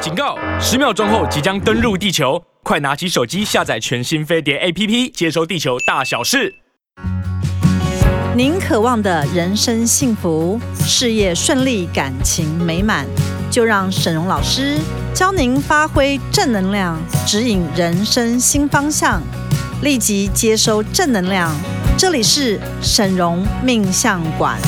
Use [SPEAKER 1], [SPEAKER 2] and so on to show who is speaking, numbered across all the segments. [SPEAKER 1] 警告！十秒钟后即将登陆地球，快拿起手机下载全新飞碟 APP，接收地球大小事。
[SPEAKER 2] 您渴望的人生幸福、事业顺利、感情美满，就让沈荣老师教您发挥正能量，指引人生新方向，立即接收正能量。这里是沈荣命相馆。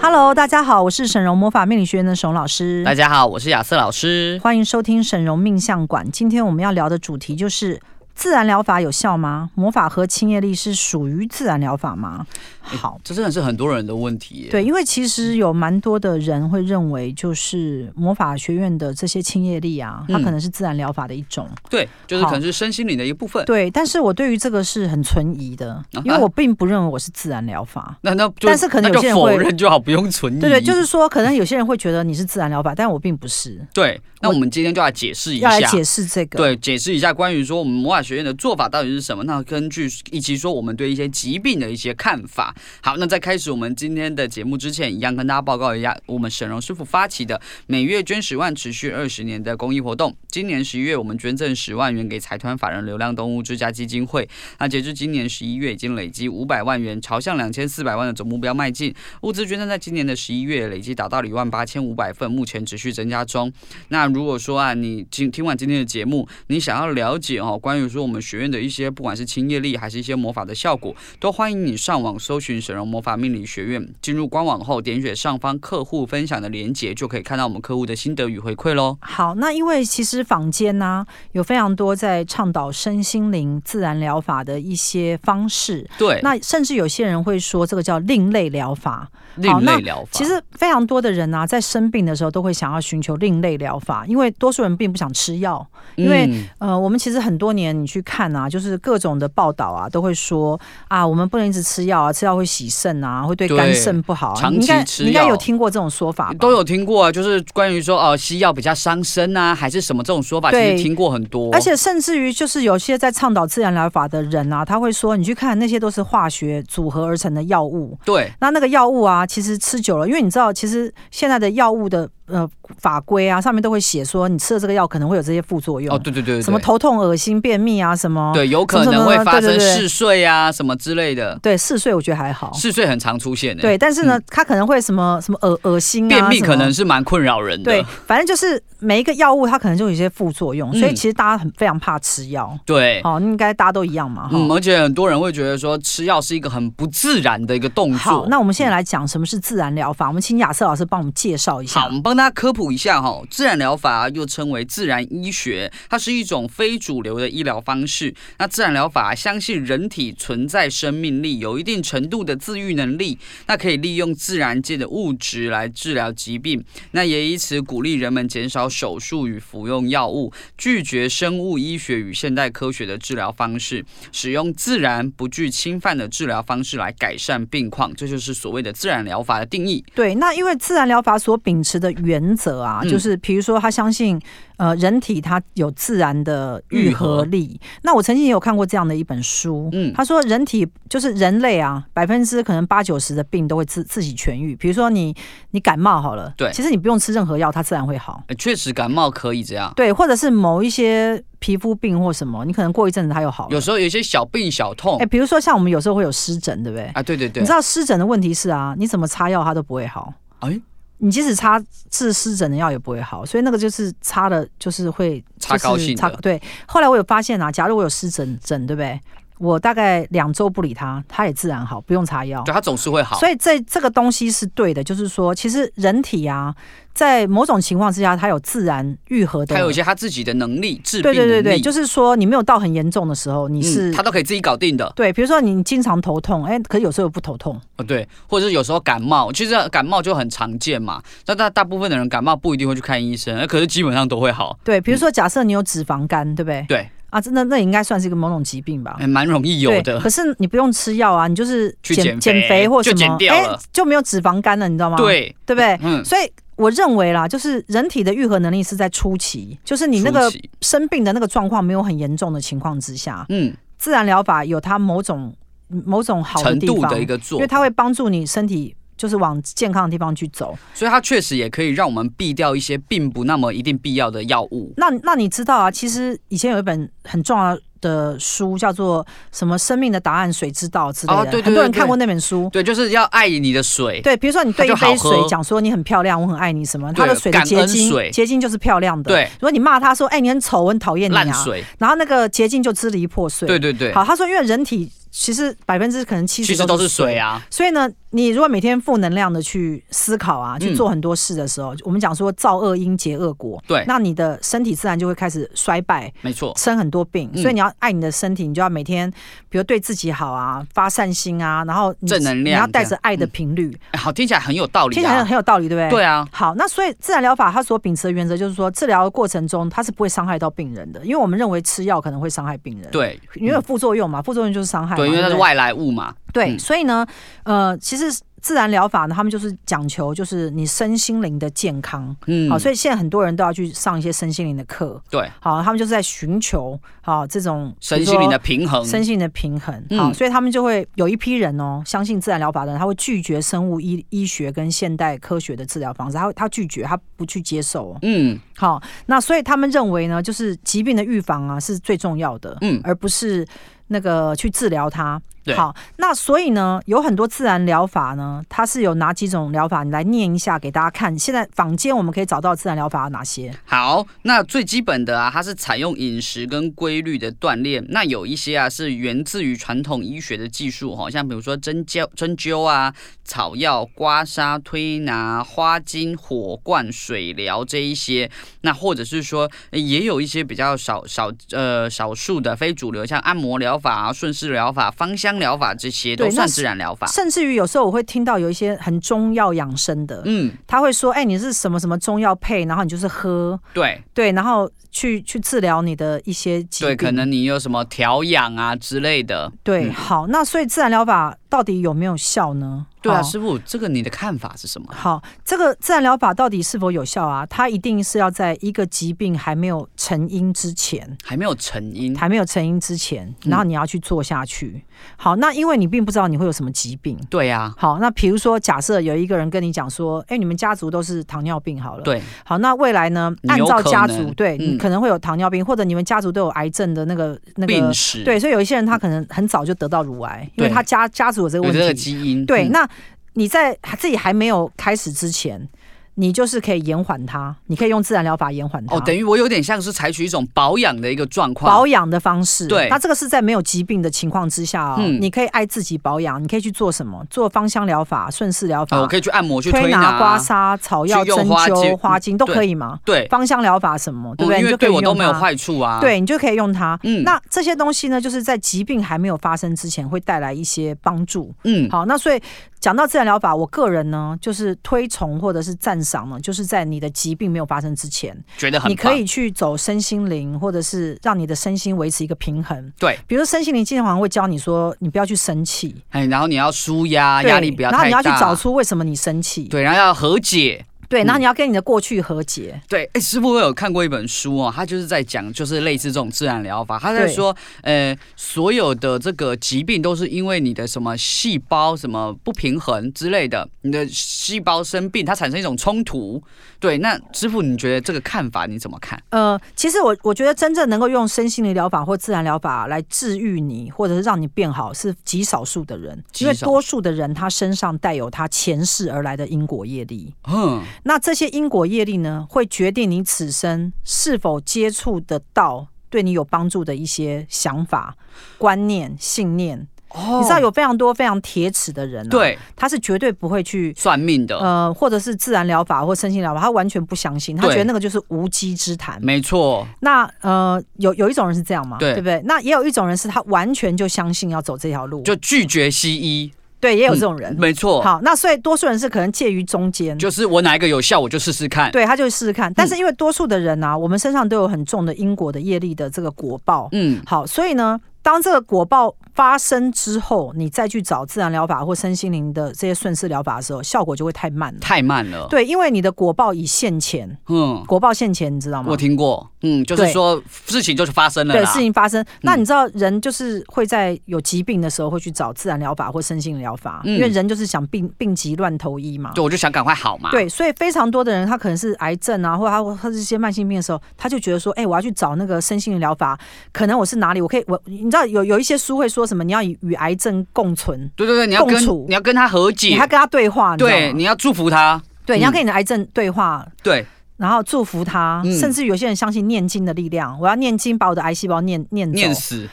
[SPEAKER 2] Hello，大家好，我是沈荣魔法命理学院的沈荣老师。
[SPEAKER 3] 大家好，我是亚瑟老师。
[SPEAKER 2] 欢迎收听沈荣命相馆。今天我们要聊的主题就是自然疗法有效吗？魔法和清业力是属于自然疗法吗？好，
[SPEAKER 3] 这真的是很多人的问题耶。
[SPEAKER 2] 对，因为其实有蛮多的人会认为，就是魔法学院的这些清业力啊，它
[SPEAKER 3] 嗯
[SPEAKER 2] 可能是自然疗法的一种。
[SPEAKER 3] 对，就是
[SPEAKER 2] 好
[SPEAKER 3] 可能是身心灵的一部分。
[SPEAKER 2] 对，但是我对于这个是很存疑的，
[SPEAKER 3] 啊
[SPEAKER 2] 因为我并不认为我是自然疗法。
[SPEAKER 3] 那那就
[SPEAKER 2] 但是可能
[SPEAKER 3] 那
[SPEAKER 2] 有些
[SPEAKER 3] 就
[SPEAKER 2] 人会
[SPEAKER 3] 否认就好，不用存疑。
[SPEAKER 2] 对对，就是说，可能有些人会觉得你是自然疗法，但我并不是。
[SPEAKER 3] 对。那我们今天就来解释一
[SPEAKER 2] 要
[SPEAKER 3] 下
[SPEAKER 2] 来。解释这个，
[SPEAKER 3] 对，解释一下关于说我们魔法学院的做法到底是什么？那根据以及说我们对一些疾病的一些看法。好，那在开始我们今天的节目之前，一样跟大家报告一下我们沈荣师傅发起的每月捐十万、持续二十年的公益活动。今年十一月，我们捐赠十万元给财团法人流浪动物之家基金会。那截至今年十一月，已经累积五百万元，朝向两千四百万的总目标迈进。物资捐赠在今年的十一月累计达到了一万八千五百份，目前持续增加中。那如果说啊，你听听完今天的节目，你想要了解哦，关于说我们学院的一些不管是清业力还是一些魔法的效果，都欢迎你上网搜寻沈荣魔法命理学院，进入官网后点选上方客户分享的链接，就可以看到我们客户的心得与回馈喽。
[SPEAKER 2] 好，那因为其实坊间呢、有非常多在倡导身心灵自然疗法的一些方式，
[SPEAKER 3] 对，
[SPEAKER 2] 那甚至有些人会说这个叫另类疗法。
[SPEAKER 3] 另
[SPEAKER 2] 那
[SPEAKER 3] 类疗法
[SPEAKER 2] 其实非常多的人呢、在生病的时候都会想要寻求另类疗法，因为多数人并不想吃药。因为
[SPEAKER 3] 嗯
[SPEAKER 2] 呃，我们其实很多年你去看啊，就是各种的报道啊，都会说啊，我们不能一直吃药啊，吃药会洗肾啊，会对
[SPEAKER 3] 对
[SPEAKER 2] 肝肾不好、啊。
[SPEAKER 3] 长
[SPEAKER 2] 你应
[SPEAKER 3] 期
[SPEAKER 2] 该
[SPEAKER 3] 吃
[SPEAKER 2] 你应该
[SPEAKER 3] 药
[SPEAKER 2] 有听过这种说法吧？
[SPEAKER 3] 都有听过啊，就是关于说哦，西药比较伤身啊，还是什么这种说法，其
[SPEAKER 2] 对
[SPEAKER 3] 实听过很多。
[SPEAKER 2] 而且甚至于就是有些在倡导自然疗法的人啊，他会说，你去看那些都是化学组合而成的药物。
[SPEAKER 3] 对
[SPEAKER 2] 那那个药物啊，其实吃久了，因为你知道，其实现在的药物的呃法规啊，上面都会写说，你吃了这个药可能会有这些副作用，
[SPEAKER 3] 哦，对对对对，
[SPEAKER 2] 什么头痛、恶心、便秘啊，什么
[SPEAKER 3] 对，有可
[SPEAKER 2] 什么什
[SPEAKER 3] 能
[SPEAKER 2] 么
[SPEAKER 3] 会
[SPEAKER 2] 对
[SPEAKER 3] 发
[SPEAKER 2] 对
[SPEAKER 3] 生
[SPEAKER 2] 对哦
[SPEAKER 3] 嗜睡啊，什么之类的。
[SPEAKER 2] 对嗜睡，我觉得还好。
[SPEAKER 3] 嗜睡很常出现的、欸
[SPEAKER 2] 对，但是呢，它可能会什么什么恶恶心啊，
[SPEAKER 3] 嗯便秘
[SPEAKER 2] 什么
[SPEAKER 3] 可能是蛮困扰人的。
[SPEAKER 2] 对，反正就是每一个药物它可能就有一些副作用，所以
[SPEAKER 3] 嗯
[SPEAKER 2] 其实大家很非常怕吃药。
[SPEAKER 3] 对
[SPEAKER 2] 哦，应该大家都一样嘛。哈
[SPEAKER 3] 嗯，而且很多人会觉得说吃药是一个很不自然的一个动
[SPEAKER 2] 好
[SPEAKER 3] 作，。
[SPEAKER 2] 那我们现在来讲什么是自然疗法，我们请亚瑟老师帮我们介绍一
[SPEAKER 3] 好，
[SPEAKER 2] 下
[SPEAKER 3] 我。们帮大家科普一下哈、自然疗法又称为自然医学，它是一种非主流的医疗方式。那自然疗法相信人体存在生命力，有一定程度的自愈能力，那可以利用自然界的物质来治疗疾病，那也以此鼓励人们减少手术与服用药物，拒绝生物医学与现代科学的治疗方式，使用自然不具侵犯的治疗方式来改善病况，这就是所谓的自然疗法的定义。
[SPEAKER 2] 对，那因为自然疗法所秉持的原则啊，
[SPEAKER 3] 嗯
[SPEAKER 2] 就是比如说他相信，呃，人体它有自然的愈合力。那我曾经也有看过这样的一本书，
[SPEAKER 3] 嗯
[SPEAKER 2] 他说人体就是人类啊，百分之可能八九十的病都会自自己痊愈。比如说你你感冒好了，
[SPEAKER 3] 对
[SPEAKER 2] 其实你不用吃任何药，它自然会好。
[SPEAKER 3] 呃确实，感冒可以这样。
[SPEAKER 2] 对，或者是某一些皮肤病或什么，你可能过一阵子它又好了
[SPEAKER 3] 有。时候有一些小病小痛
[SPEAKER 2] 哎、，比如说像我们有时候会有湿疹，对不对？
[SPEAKER 3] 啊，对对对
[SPEAKER 2] 你知，道湿疹的问题是啊，你怎么擦药它都不会好。
[SPEAKER 3] 哎
[SPEAKER 2] 你即使擦治湿疹的药也不会好，所以那个就是擦的，就是会
[SPEAKER 3] 擦高兴的
[SPEAKER 2] 就是擦对。后来我有发现啊，假如我有湿疹疹，对不对？我大概两周不理它，它也自然好，不用擦药
[SPEAKER 3] 就。它总是会好。
[SPEAKER 2] 所以这这个东西是对的，就是说，其实人体啊，在某种情况之下，它有自然愈合的。
[SPEAKER 3] 它有一些它自己的能力，治病
[SPEAKER 2] 对对对
[SPEAKER 3] 能
[SPEAKER 2] 对，
[SPEAKER 3] 力
[SPEAKER 2] 就是说你没有到很严重的时候，你是、
[SPEAKER 3] 嗯，它都可以自己搞定的。
[SPEAKER 2] 对，比如说你经常头痛，哎，可是有时候又不头痛。
[SPEAKER 3] 哦，对，或者是有时候感冒，其实感冒就很常见嘛。那大大部分的人感冒不一定会去看医生，呃可是基本上都会好。
[SPEAKER 2] 对，比如说假设你有脂肪肝，对不对？
[SPEAKER 3] 嗯对，
[SPEAKER 2] 啊，真的那也应该算是一个某种疾病吧。
[SPEAKER 3] 哎，蛮容易有
[SPEAKER 2] 对，
[SPEAKER 3] 的。
[SPEAKER 2] 可是你不用吃药啊，你就是
[SPEAKER 3] 去
[SPEAKER 2] 减
[SPEAKER 3] 减
[SPEAKER 2] 减
[SPEAKER 3] 肥
[SPEAKER 2] 肥或什
[SPEAKER 3] 就
[SPEAKER 2] 么
[SPEAKER 3] 减，掉了
[SPEAKER 2] 就没有脂肪肝了，你知道吗？，
[SPEAKER 3] 对，
[SPEAKER 2] 对不对？
[SPEAKER 3] 嗯，
[SPEAKER 2] 所以我认为啦，就是人体的愈合能力是在初期，就是你那个
[SPEAKER 3] 初期
[SPEAKER 2] 生病的那个状况没有很严重的情况之下，
[SPEAKER 3] 嗯
[SPEAKER 2] 自然疗法有它某种某种好的
[SPEAKER 3] 程
[SPEAKER 2] 地
[SPEAKER 3] 度
[SPEAKER 2] 方
[SPEAKER 3] 的一，个做，
[SPEAKER 2] 因为它会帮助你身体就是往健康的地方去走。
[SPEAKER 3] 所以它确实也可以让我们避掉一些并不那么一定必要的药物。
[SPEAKER 2] 那那你知道啊，其实以前有一本很重要的书叫做什么《生命的答案谁知道》之类的，
[SPEAKER 3] 哦对对对
[SPEAKER 2] 很多人看
[SPEAKER 3] 对
[SPEAKER 2] 过那本书。
[SPEAKER 3] 对，就是要爱你的水。
[SPEAKER 2] 哦对，比如说你对一
[SPEAKER 3] 它就好
[SPEAKER 2] 杯
[SPEAKER 3] 喝
[SPEAKER 2] 水讲说你很漂亮，我很爱你什么，它
[SPEAKER 3] 对
[SPEAKER 2] 的水的
[SPEAKER 3] 感
[SPEAKER 2] 结
[SPEAKER 3] 恩
[SPEAKER 2] 晶
[SPEAKER 3] 水
[SPEAKER 2] 结晶就是漂亮的。，
[SPEAKER 3] 对，
[SPEAKER 2] 如果你骂他说，哎、你很丑，我很讨厌你
[SPEAKER 3] 烂
[SPEAKER 2] 啊，
[SPEAKER 3] 水。
[SPEAKER 2] 然后那个结晶就支离破碎。
[SPEAKER 3] 对对对，
[SPEAKER 2] 好，他说因为人体其实百分之可能七
[SPEAKER 3] 其
[SPEAKER 2] 十
[SPEAKER 3] 实都是水。啊。
[SPEAKER 2] 所以呢，你如果每天负能量的去思考啊，
[SPEAKER 3] 嗯
[SPEAKER 2] 去做很多事的时候，我们讲说造恶因结恶果，
[SPEAKER 3] 对
[SPEAKER 2] 那你的身体自然就会开始衰败，
[SPEAKER 3] 没错，
[SPEAKER 2] 生很多病。
[SPEAKER 3] 嗯
[SPEAKER 2] 所以你要爱你的身体，你就要每天，比如对自己好啊，发善心啊，然后你
[SPEAKER 3] 正能量
[SPEAKER 2] 你要带着爱的频率，
[SPEAKER 3] 哎好，听起来很有道理
[SPEAKER 2] 听起来
[SPEAKER 3] 啊。
[SPEAKER 2] 很有道理，对不对？
[SPEAKER 3] 对。啊，
[SPEAKER 2] 好，那所以自然疗法它所秉持的原则就是说，治疗的过程中它是不会伤害到病人的，因为我们认为吃药可能会伤害病人，，
[SPEAKER 3] 对，
[SPEAKER 2] 因为有副作用嘛，副作用就是伤害嘛，
[SPEAKER 3] 对，因为它是
[SPEAKER 2] 不
[SPEAKER 3] 外来物嘛。
[SPEAKER 2] 对，
[SPEAKER 3] 嗯
[SPEAKER 2] 所以呢，呃，其实自然疗法呢，他们就是讲求就是你身心灵的健康。
[SPEAKER 3] 嗯，
[SPEAKER 2] 好，所以现在很多人都要去上一些身心灵的课。
[SPEAKER 3] 对，
[SPEAKER 2] 好，他们就是在寻求好这种
[SPEAKER 3] 身心灵的。
[SPEAKER 2] 比
[SPEAKER 3] 平衡
[SPEAKER 2] 如说。身心灵的平衡，
[SPEAKER 3] 嗯
[SPEAKER 2] 好，所以他们就会有一批人哦，相信自然疗法的人，他会拒绝生物医医学跟现代科学的治疗方式，他会他拒绝，他不去接受哦。
[SPEAKER 3] 嗯，
[SPEAKER 2] 好，那所以他们认为呢，就是疾病的预防啊是最重要的，
[SPEAKER 3] 嗯
[SPEAKER 2] 而不是那个去治疗它。
[SPEAKER 3] 对
[SPEAKER 2] 好，那所以呢，有很多自然疗法呢，它是有哪几种疗法？你来念一下给大家看。现在坊间我们可以找到自然疗法有哪些？
[SPEAKER 3] 好，那最基本的啊，它是采用饮食跟规律的锻炼。那有一些啊是源自于传统医学的技术哈，像比如说针灸、针灸啊、草药、刮痧、推拿、花精、火罐、水疗这一些。那或者是说，呃也有一些比较少少呃少数的非主流，像按摩疗法啊、顺势疗法、芳香疗法这些
[SPEAKER 2] 对
[SPEAKER 3] 都
[SPEAKER 2] 那
[SPEAKER 3] 算
[SPEAKER 2] 是
[SPEAKER 3] 自然疗法。
[SPEAKER 2] 甚至于有时候我会听到有一些很中药养生的，
[SPEAKER 3] 嗯，
[SPEAKER 2] 他会说：“哎、你是什么什么中药配，然后你就是喝，
[SPEAKER 3] 对
[SPEAKER 2] 对，然后去去治疗你的一些疾
[SPEAKER 3] 对，
[SPEAKER 2] 病。”
[SPEAKER 3] 可能你有什么调养啊之类的。
[SPEAKER 2] 对。
[SPEAKER 3] 嗯
[SPEAKER 2] 好，那所以自然疗法到底有没有效呢？
[SPEAKER 3] 对啊，
[SPEAKER 2] 好
[SPEAKER 3] 师傅，这个你的看法是什么？
[SPEAKER 2] 好，这个自然疗法到底是否有效啊？它一定是要在一个疾病还没有成因之前，
[SPEAKER 3] 还没有成因。
[SPEAKER 2] 还没有成因之前，
[SPEAKER 3] 嗯
[SPEAKER 2] 然后你要去做下去。好，那因为你并不知道你会有什么疾病。
[SPEAKER 3] 对啊呀、
[SPEAKER 2] 好，那比如说，假设有一个人跟你讲说，哎、你们家族都是糖尿病好了。。
[SPEAKER 3] 对，
[SPEAKER 2] 好，那未来呢？
[SPEAKER 3] 你
[SPEAKER 2] 按
[SPEAKER 3] 有
[SPEAKER 2] 照
[SPEAKER 3] 可
[SPEAKER 2] 家
[SPEAKER 3] 能
[SPEAKER 2] 族，对、你
[SPEAKER 3] 嗯
[SPEAKER 2] 可能会有糖尿病，或者你们家族都有癌症的那个那
[SPEAKER 3] 病
[SPEAKER 2] 个。
[SPEAKER 3] 史，
[SPEAKER 2] 对，所以有一些人他可能很早就得到乳癌，因为
[SPEAKER 3] 对
[SPEAKER 2] 他家家族有这个
[SPEAKER 3] 有
[SPEAKER 2] 问
[SPEAKER 3] 这
[SPEAKER 2] 题。
[SPEAKER 3] 个基因。
[SPEAKER 2] 对，
[SPEAKER 3] 嗯
[SPEAKER 2] 那你在自己还没有开始之前，你就是可以延缓它，你可以用自然疗法延缓它。
[SPEAKER 3] 哦，等于我有点像是采取一种保养的一个状况。
[SPEAKER 2] 保养的方式，
[SPEAKER 3] 对
[SPEAKER 2] 那这个是在没有疾病的情况之下哦，
[SPEAKER 3] 嗯
[SPEAKER 2] 你可以爱自己保养，你可以去做什么？做芳香疗法、顺势疗法、
[SPEAKER 3] 哦，我可以去按摩，去推
[SPEAKER 2] 啊
[SPEAKER 3] 啊
[SPEAKER 2] 拿、刮痧、草药、
[SPEAKER 3] 去用
[SPEAKER 2] 针
[SPEAKER 3] 花
[SPEAKER 2] 灸、
[SPEAKER 3] 精
[SPEAKER 2] 花精都
[SPEAKER 3] 对
[SPEAKER 2] 可以嘛？
[SPEAKER 3] 对，
[SPEAKER 2] 芳香疗法什么，对不
[SPEAKER 3] 嗯
[SPEAKER 2] 对？
[SPEAKER 3] 因
[SPEAKER 2] 你
[SPEAKER 3] 为
[SPEAKER 2] 就可以
[SPEAKER 3] 对我
[SPEAKER 2] 用
[SPEAKER 3] 都没有
[SPEAKER 2] 它
[SPEAKER 3] 坏处啊。，
[SPEAKER 2] 对你就可以用它。
[SPEAKER 3] 嗯
[SPEAKER 2] 那这些东西呢，就是在疾病还没有发生之前，会带来一些帮助。
[SPEAKER 3] 嗯，
[SPEAKER 2] 好，那所以讲到自然疗法，我个人呢，就是推崇或者是赞赏呢，就是在你的疾病没有发生之前，
[SPEAKER 3] 觉得很
[SPEAKER 2] 你可
[SPEAKER 3] 棒
[SPEAKER 2] 以去走身心灵，或者是让你的身心维持一个平衡。
[SPEAKER 3] 对，
[SPEAKER 2] 比如说身心灵健身房会教你说，你不要去生气，
[SPEAKER 3] 哎，然后你要舒压，
[SPEAKER 2] 对
[SPEAKER 3] 啊压力不要
[SPEAKER 2] 然后
[SPEAKER 3] 太大。
[SPEAKER 2] 你要去找出为什么你生气，
[SPEAKER 3] 对，然后要和解。
[SPEAKER 2] 对，然后
[SPEAKER 3] 嗯
[SPEAKER 2] 你要跟你的过去和解，
[SPEAKER 3] 对，哎，师傅，我有看过一本书哦，他就是在讲，就是类似这种自然疗法，他在
[SPEAKER 2] 对
[SPEAKER 3] 说，呃，所有的这个疾病都是因为你的什么细胞什么不平衡之类的，你的细胞生病，它产生一种冲突。对，那师傅，你觉得这个看法你怎么看？
[SPEAKER 2] 呃，其实我我觉得真正能够用身心灵疗法或自然疗法来治愈你，或者是让你变好，是极少数的人，
[SPEAKER 3] 极
[SPEAKER 2] 因为
[SPEAKER 3] 少
[SPEAKER 2] 多数的人他身上带有他前世而来的因果业力。
[SPEAKER 3] 嗯，
[SPEAKER 2] 那这些因果业力呢，会决定你此生是否接触得到对你有帮助的一些想法、观念、信念。
[SPEAKER 3] 哦
[SPEAKER 2] 你知道有非常多非常铁齿的人、啊，，
[SPEAKER 3] 对
[SPEAKER 2] 他是绝对不会去。
[SPEAKER 3] 算命的，
[SPEAKER 2] 呃，或者是自然疗法或身心疗法，他完全不相信，他
[SPEAKER 3] 对
[SPEAKER 2] 觉得那个就是无稽之谈。
[SPEAKER 3] 没错，
[SPEAKER 2] 那呃，有有一种人是这样嘛，
[SPEAKER 3] 对
[SPEAKER 2] 不对？那也有一种人是他完全就相信要走这条路，
[SPEAKER 3] 就拒绝西医，
[SPEAKER 2] 对，也有
[SPEAKER 3] 嗯
[SPEAKER 2] 这种人。
[SPEAKER 3] 没错，
[SPEAKER 2] 好，那所以多数人是可能介于中间，
[SPEAKER 3] 就是嗯我哪一个有效我就试试看。
[SPEAKER 2] 对他就试试看。但是因为多数的人啊，我们身上都有很重的因果的业力的这个果报，
[SPEAKER 3] 嗯，
[SPEAKER 2] 好，所以呢，当这个果报发生之后，你再去找自然疗法或身心灵的这些顺势疗法的时候，效果就会太慢了。
[SPEAKER 3] 太慢了。
[SPEAKER 2] 对，因为你的果报已现前，
[SPEAKER 3] 嗯，
[SPEAKER 2] 果报现前，你知道吗
[SPEAKER 3] 我？听过，嗯，就是
[SPEAKER 2] 对
[SPEAKER 3] 说事情就是发生了
[SPEAKER 2] 对，
[SPEAKER 3] 啦，嗯
[SPEAKER 2] 事情发生，那你知道人就是会在有疾病的时候会去找自然疗法或身心疗法，
[SPEAKER 3] 嗯
[SPEAKER 2] 因为人就是想病病急乱投医嘛。
[SPEAKER 3] 对，我就啊想赶快好嘛。，
[SPEAKER 2] 对，所以非常多的人，他可能是癌症啊，或者他他是一些慢性病的时候，他就觉得说，哎、我要去找那个身心灵疗法，可能我是哪里，我可以，我你知道有有一些书会说什么，你要与与癌症共存，
[SPEAKER 3] 对对对，你要跟
[SPEAKER 2] 共处
[SPEAKER 3] 你要跟他和
[SPEAKER 2] 你
[SPEAKER 3] 解
[SPEAKER 2] 还，跟他对话，你知道
[SPEAKER 3] 对，
[SPEAKER 2] 吗
[SPEAKER 3] 你要祝福他，
[SPEAKER 2] 对，你要
[SPEAKER 3] 嗯
[SPEAKER 2] 跟你的癌症对话，
[SPEAKER 3] 对，
[SPEAKER 2] 然后祝福他，
[SPEAKER 3] 嗯
[SPEAKER 2] 甚至有些人相信念经的力量，我要念经把我的癌细胞念念走，
[SPEAKER 3] 念死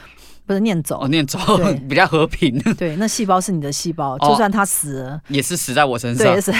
[SPEAKER 2] 不是念走，
[SPEAKER 3] 哦，念走
[SPEAKER 2] 对
[SPEAKER 3] 比较和平，
[SPEAKER 2] 对，那细胞是你的细胞，
[SPEAKER 3] 哦
[SPEAKER 2] 就算它死了，
[SPEAKER 3] 也是啊死在我身上
[SPEAKER 2] 对，，是啊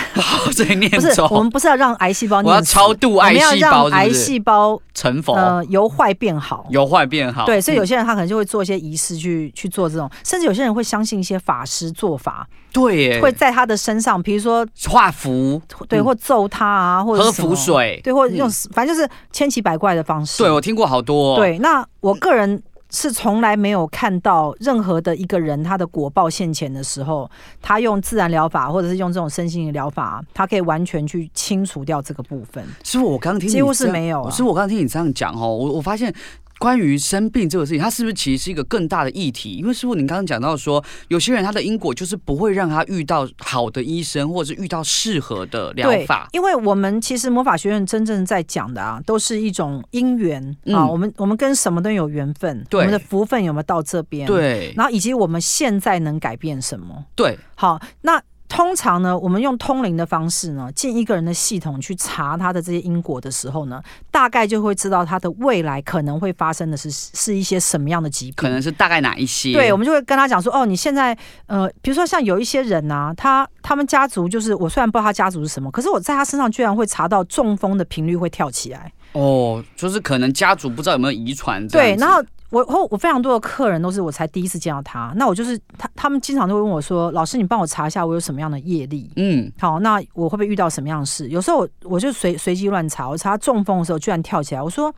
[SPEAKER 3] 所以念
[SPEAKER 2] 不是我
[SPEAKER 3] 走，
[SPEAKER 2] 们不是要让癌细胞
[SPEAKER 3] 我要
[SPEAKER 2] 念死？
[SPEAKER 3] 超度
[SPEAKER 2] 我
[SPEAKER 3] 爱
[SPEAKER 2] 们要
[SPEAKER 3] 细
[SPEAKER 2] 让
[SPEAKER 3] 胞，是
[SPEAKER 2] 癌
[SPEAKER 3] 不是？
[SPEAKER 2] 细胞
[SPEAKER 3] 成佛，
[SPEAKER 2] 呃由坏变好。
[SPEAKER 3] 由坏变好，
[SPEAKER 2] 对，所以有
[SPEAKER 3] 嗯
[SPEAKER 2] 些人他可能就会做一些仪式去去做这种，甚至有些人会相信一些法师做法，
[SPEAKER 3] 对耶
[SPEAKER 2] 会在他的身上，比如说
[SPEAKER 3] 画符，
[SPEAKER 2] 对
[SPEAKER 3] 嗯
[SPEAKER 2] 或揍他啊，或者
[SPEAKER 3] 喝
[SPEAKER 2] 是什么
[SPEAKER 3] 符，水，
[SPEAKER 2] 对，或者用
[SPEAKER 3] 嗯
[SPEAKER 2] 反正就是千奇百怪的方式。
[SPEAKER 3] 对我听过好多，，哦
[SPEAKER 2] 对，那我个人是从来没有看到任何的一个人他的果报现前的时候，他用自然疗法或者是用这种身心灵疗法，他可以完全去清除掉这个部分。
[SPEAKER 3] 是我刚刚听你
[SPEAKER 2] 几乎是
[SPEAKER 3] 这样
[SPEAKER 2] 没有啊
[SPEAKER 3] 是我刚刚听你这样讲哦，我我发现。关于生病这个事情，它是不是其实是一个更大的议题？因为师傅您刚刚讲到说，有些人他的因果就是不会让他遇到好的医生，或者是遇到适合的疗
[SPEAKER 2] 对
[SPEAKER 3] 法，。
[SPEAKER 2] 因为我们其实魔法学院真正在讲的啊，都是一种因缘、啊，
[SPEAKER 3] 嗯
[SPEAKER 2] 我们我们跟什么都有缘分，
[SPEAKER 3] 对
[SPEAKER 2] 我们的福分有没有到这边？，
[SPEAKER 3] 对
[SPEAKER 2] 然后以及我们现在能改变什么？
[SPEAKER 3] 对，
[SPEAKER 2] 好，那通常呢，我们用通灵的方式呢，进一个人的系统去查他的这些因果的时候呢，大概就会知道他的未来可能会发生的是是一些什么样的疾病。
[SPEAKER 3] 可能是大概哪一些？
[SPEAKER 2] 对，我们就会跟他讲说，哦，你现在呃，比如说像有一些人啊，他他们家族就是我虽然不知道他家族是什么，可是我在他身上居然会查到中风的频率会跳起来。
[SPEAKER 3] 哦，就是可能家族不知道有没有遗传这
[SPEAKER 2] 对
[SPEAKER 3] 样，子。
[SPEAKER 2] 然后我我我非常多的客人都是我才第一次见到他，那我就是他他们经常都会问我说，老师你帮我查一下我有什么样的业力。
[SPEAKER 3] 嗯，
[SPEAKER 2] 好，那我会不会遇到什么样的事？有时候我我就随随机乱查，我查中风的时候居然跳起来，我说：“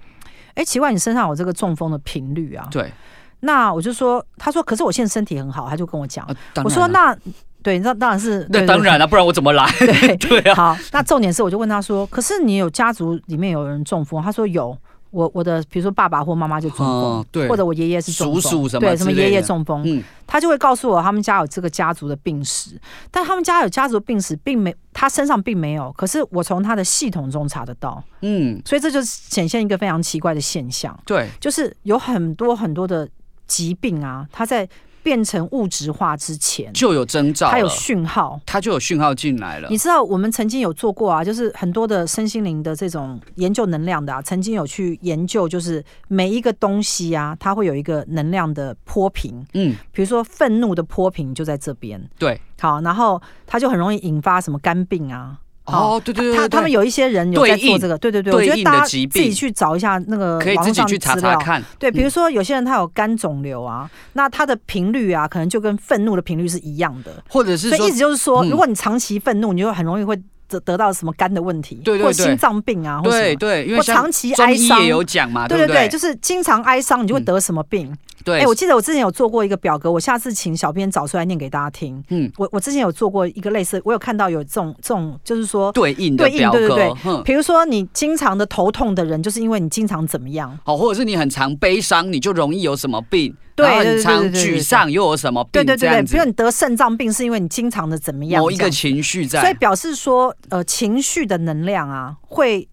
[SPEAKER 2] 哎、奇怪，你身上有这个中风的频率啊
[SPEAKER 3] 对，？”
[SPEAKER 2] 那我就说，他说：“可是我现在身体很好。”他就跟我讲，
[SPEAKER 3] 啊、当然
[SPEAKER 2] 我说：“
[SPEAKER 3] 了
[SPEAKER 2] 那对，那当然是
[SPEAKER 3] 那当然了、不然我怎么来？
[SPEAKER 2] 对对
[SPEAKER 3] 对啊，
[SPEAKER 2] 好。那重点是，我就问他说：‘可是你有家族里面有人中风？’他说：‘有，我我的比如说爸爸或妈妈就中风。
[SPEAKER 3] 哦对
[SPEAKER 2] 或者我爷爷是中风，
[SPEAKER 3] 叔叔什么
[SPEAKER 2] 对，什么
[SPEAKER 3] 之类
[SPEAKER 2] 爷爷
[SPEAKER 3] 的
[SPEAKER 2] 中风，
[SPEAKER 3] 嗯，
[SPEAKER 2] 他就会告诉我他们家有这个家族的病史，但他们家有家族病史，并没他身上并没有，可是我从他的系统中查得到，
[SPEAKER 3] 嗯，
[SPEAKER 2] 所以这就是显现一个非常奇怪的现象，
[SPEAKER 3] 对，
[SPEAKER 2] 就是有很多很多的疾病啊，它在变成物质化之前，
[SPEAKER 3] 就有征兆了，
[SPEAKER 2] 它有讯号。
[SPEAKER 3] 它就有讯号进来了
[SPEAKER 2] 你。知道我们曾经有做过啊，就是很多的身心灵的这种研究能量的啊，曾经有去研究，就是每一个东西啊，它会有一个能量的波平，
[SPEAKER 3] 嗯，
[SPEAKER 2] 比如说愤怒的波平就在这边，
[SPEAKER 3] 对，
[SPEAKER 2] 好，然后它就很容易引发什么肝病啊。
[SPEAKER 3] 哦，对对对，
[SPEAKER 2] 他
[SPEAKER 3] 对
[SPEAKER 2] 他们有一些人有在做这个，对对对，我
[SPEAKER 3] 对应
[SPEAKER 2] 觉得大家
[SPEAKER 3] 的
[SPEAKER 2] 自
[SPEAKER 3] 疾病
[SPEAKER 2] 己去找一下那个
[SPEAKER 3] 可以
[SPEAKER 2] 网
[SPEAKER 3] 自
[SPEAKER 2] 络
[SPEAKER 3] 己
[SPEAKER 2] 上
[SPEAKER 3] 去
[SPEAKER 2] 的
[SPEAKER 3] 查
[SPEAKER 2] 资
[SPEAKER 3] 查
[SPEAKER 2] 料。
[SPEAKER 3] 看。
[SPEAKER 2] 对，比如
[SPEAKER 3] 嗯
[SPEAKER 2] 说有些人他有肝肿瘤啊，那他的频率啊，可能就跟愤怒的频率是一样的。
[SPEAKER 3] 或者是
[SPEAKER 2] 所以
[SPEAKER 3] 说
[SPEAKER 2] 意思就是说，
[SPEAKER 3] 嗯
[SPEAKER 2] 如果你长期愤怒，你就很容易会得得到什么肝的问题，
[SPEAKER 3] 对对
[SPEAKER 2] 或
[SPEAKER 3] 对
[SPEAKER 2] 心脏病啊，或什
[SPEAKER 3] 对
[SPEAKER 2] 么。
[SPEAKER 3] 对，因为
[SPEAKER 2] 或
[SPEAKER 3] 像
[SPEAKER 2] 长期
[SPEAKER 3] 中
[SPEAKER 2] 哀
[SPEAKER 3] 医
[SPEAKER 2] 伤
[SPEAKER 3] 也有讲嘛，
[SPEAKER 2] 对
[SPEAKER 3] 不
[SPEAKER 2] 对，
[SPEAKER 3] 对？
[SPEAKER 2] 就是经常哀伤，你就会
[SPEAKER 3] 嗯
[SPEAKER 2] 得什么病？
[SPEAKER 3] 对
[SPEAKER 2] 哎、我记得我之前有做过一个表格，我下次请小编找出来念给大家听。
[SPEAKER 3] 嗯，
[SPEAKER 2] 我我之前有做过一个类似，我有看到有这种这种，就是说，
[SPEAKER 3] 对应的
[SPEAKER 2] 对应
[SPEAKER 3] 表
[SPEAKER 2] 对对
[SPEAKER 3] 格
[SPEAKER 2] 对，
[SPEAKER 3] 哼。
[SPEAKER 2] 比如说你经常的头痛的人，就是因为你经常怎么样？
[SPEAKER 3] 哦，或者是你很常悲伤，你就容易有什么病；
[SPEAKER 2] 对
[SPEAKER 3] 然后
[SPEAKER 2] 对
[SPEAKER 3] 很
[SPEAKER 2] 对
[SPEAKER 3] 常
[SPEAKER 2] 对对对
[SPEAKER 3] 沮丧，又有什么
[SPEAKER 2] 对
[SPEAKER 3] 病？
[SPEAKER 2] 对
[SPEAKER 3] 这
[SPEAKER 2] 对对，
[SPEAKER 3] 样
[SPEAKER 2] 比如
[SPEAKER 3] 子，
[SPEAKER 2] 你得肾脏病，是因为你经常的怎么样？
[SPEAKER 3] 某一
[SPEAKER 2] 这
[SPEAKER 3] 个
[SPEAKER 2] 样
[SPEAKER 3] 情绪
[SPEAKER 2] 所以
[SPEAKER 3] 在。
[SPEAKER 2] 表示说，呃，情绪的能量啊，会。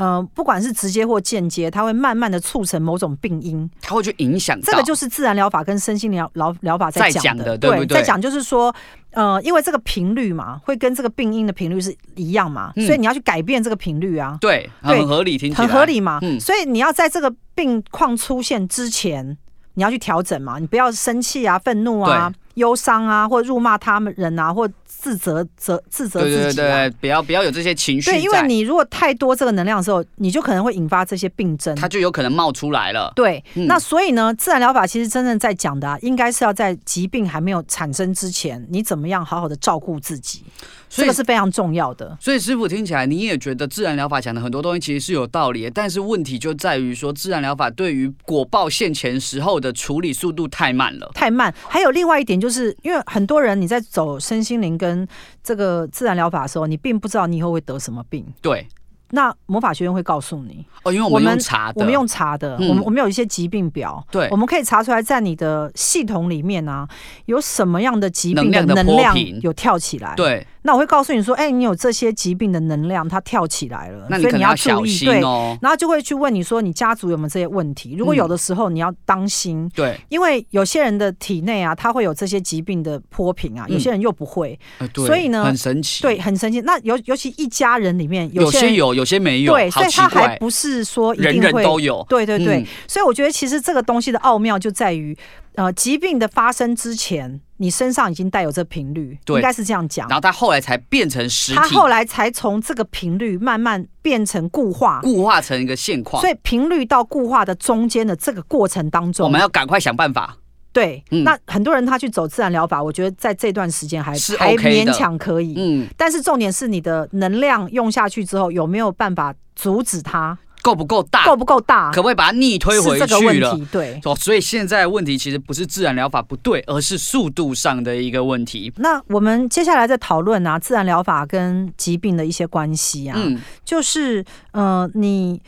[SPEAKER 2] 呃，不管是直接或间接，它会慢慢的促成某种病因，
[SPEAKER 3] 它会去影响到。
[SPEAKER 2] 这个就是自然疗法跟身心疗疗疗法在
[SPEAKER 3] 在
[SPEAKER 2] 讲
[SPEAKER 3] 讲
[SPEAKER 2] 的，
[SPEAKER 3] 的对不对
[SPEAKER 2] 在讲就是说，呃，因为这个频率嘛，会跟这个病因的频率是一样嘛，
[SPEAKER 3] 嗯
[SPEAKER 2] 所以你要去改变这个频率啊，
[SPEAKER 3] 对，
[SPEAKER 2] 对
[SPEAKER 3] 很合理，听起来
[SPEAKER 2] 很合。理嘛。
[SPEAKER 3] 嗯
[SPEAKER 2] 所以你要在这个病况出现之前，你要去调整嘛，你不要生气啊、愤怒啊、忧伤啊，或辱骂他们人啊，或自责责自责
[SPEAKER 3] 对对
[SPEAKER 2] 自
[SPEAKER 3] 对
[SPEAKER 2] 己、啊
[SPEAKER 3] 对，。不要不要有这些情绪
[SPEAKER 2] 对，因为
[SPEAKER 3] 在，
[SPEAKER 2] 你如果太多这个能量的时候，你就可能会引发这些病症。
[SPEAKER 3] 它就有可能冒出来了。
[SPEAKER 2] 对，
[SPEAKER 3] 嗯
[SPEAKER 2] 那所以呢，自然疗法其实真正在讲的、啊，应该是要在疾病还没有产生之前，你怎么样好好的照顾自己，
[SPEAKER 3] 所
[SPEAKER 2] 这
[SPEAKER 3] 以
[SPEAKER 2] 个是非常重要的。
[SPEAKER 3] 所以师傅听起来，你也觉得自然疗法讲的很多东西其实是有道理的，但是问题就在于说，自然疗法对于果报现前时候的处理速度太慢了。
[SPEAKER 2] 太慢。还有另外一点，就是因为很多人你在走身心灵跟这个自然疗法的时候，你并不知道你以后会得什么病。
[SPEAKER 3] 对，
[SPEAKER 2] 那魔法学院会告诉你，
[SPEAKER 3] 哦，因为
[SPEAKER 2] 我
[SPEAKER 3] 我们
[SPEAKER 2] 们
[SPEAKER 3] 用查的，
[SPEAKER 2] 我们用查的，
[SPEAKER 3] 嗯
[SPEAKER 2] 我们我们有一些疾病表，
[SPEAKER 3] 对
[SPEAKER 2] 我们可以查出来在你的系统里面啊，有什么样的疾病
[SPEAKER 3] 能量的
[SPEAKER 2] 能
[SPEAKER 3] 波
[SPEAKER 2] 量
[SPEAKER 3] 频
[SPEAKER 2] 有跳起来。，
[SPEAKER 3] 对，
[SPEAKER 2] 那我会告诉你说，哎、你有这些疾病的能量，它跳起来了，
[SPEAKER 3] 那你
[SPEAKER 2] 所
[SPEAKER 3] 可
[SPEAKER 2] 以
[SPEAKER 3] 能
[SPEAKER 2] 要
[SPEAKER 3] 小
[SPEAKER 2] 注意。
[SPEAKER 3] 心
[SPEAKER 2] 对，
[SPEAKER 3] 哦。
[SPEAKER 2] 然后就会去问你说，你家族有没有这些问题？如果有
[SPEAKER 3] 嗯
[SPEAKER 2] 的时候，你要当心，
[SPEAKER 3] 对，
[SPEAKER 2] 因为有些人的体内啊，他会有这些疾病的波平啊，
[SPEAKER 3] 嗯
[SPEAKER 2] 有些人又不会，
[SPEAKER 3] 呃对
[SPEAKER 2] 所以呢
[SPEAKER 3] 很神奇。
[SPEAKER 2] 对，，很神奇。那尤尤其一家人里面
[SPEAKER 3] 有
[SPEAKER 2] 些人
[SPEAKER 3] 些有，有些没有，
[SPEAKER 2] 对，
[SPEAKER 3] 好
[SPEAKER 2] 所以
[SPEAKER 3] 奇
[SPEAKER 2] 他还
[SPEAKER 3] 怪，
[SPEAKER 2] 不是说一定
[SPEAKER 3] 人
[SPEAKER 2] 会。
[SPEAKER 3] 人都有。
[SPEAKER 2] 对对对，
[SPEAKER 3] 嗯
[SPEAKER 2] 所以我觉得其实这个东西的奥妙就在于，呃，疾病的发生之前，你身上已经带有这频率，
[SPEAKER 3] 对
[SPEAKER 2] 应该是这样讲
[SPEAKER 3] 然。后它后来才变成实
[SPEAKER 2] 它
[SPEAKER 3] 体，
[SPEAKER 2] 后来才从这个频率慢慢变成固化，
[SPEAKER 3] 固化成一个现况
[SPEAKER 2] 所。以频率到固化的中间的这个过程当中，
[SPEAKER 3] 我们要赶快想办法。
[SPEAKER 2] 对，
[SPEAKER 3] 嗯
[SPEAKER 2] 那很多人他去走自然疗法，我觉得在这段时间还
[SPEAKER 3] 是
[SPEAKER 2] 还
[SPEAKER 3] OK 的
[SPEAKER 2] 勉强可以。
[SPEAKER 3] 嗯，
[SPEAKER 2] 但是重点是你的能量用下去之后，有没有办法阻止它？
[SPEAKER 3] 够不够大？
[SPEAKER 2] 够不够大？
[SPEAKER 3] 啊可不可以把它逆推回
[SPEAKER 2] 是这个问
[SPEAKER 3] 去了？
[SPEAKER 2] 题。对，
[SPEAKER 3] 哦，所以现在问题其实不是自然疗法不对，而是速度上的一个问题。
[SPEAKER 2] 那我们接下来再讨论啊，自然疗法跟疾病的一些关系啊，
[SPEAKER 3] 嗯，
[SPEAKER 2] 就是呃，你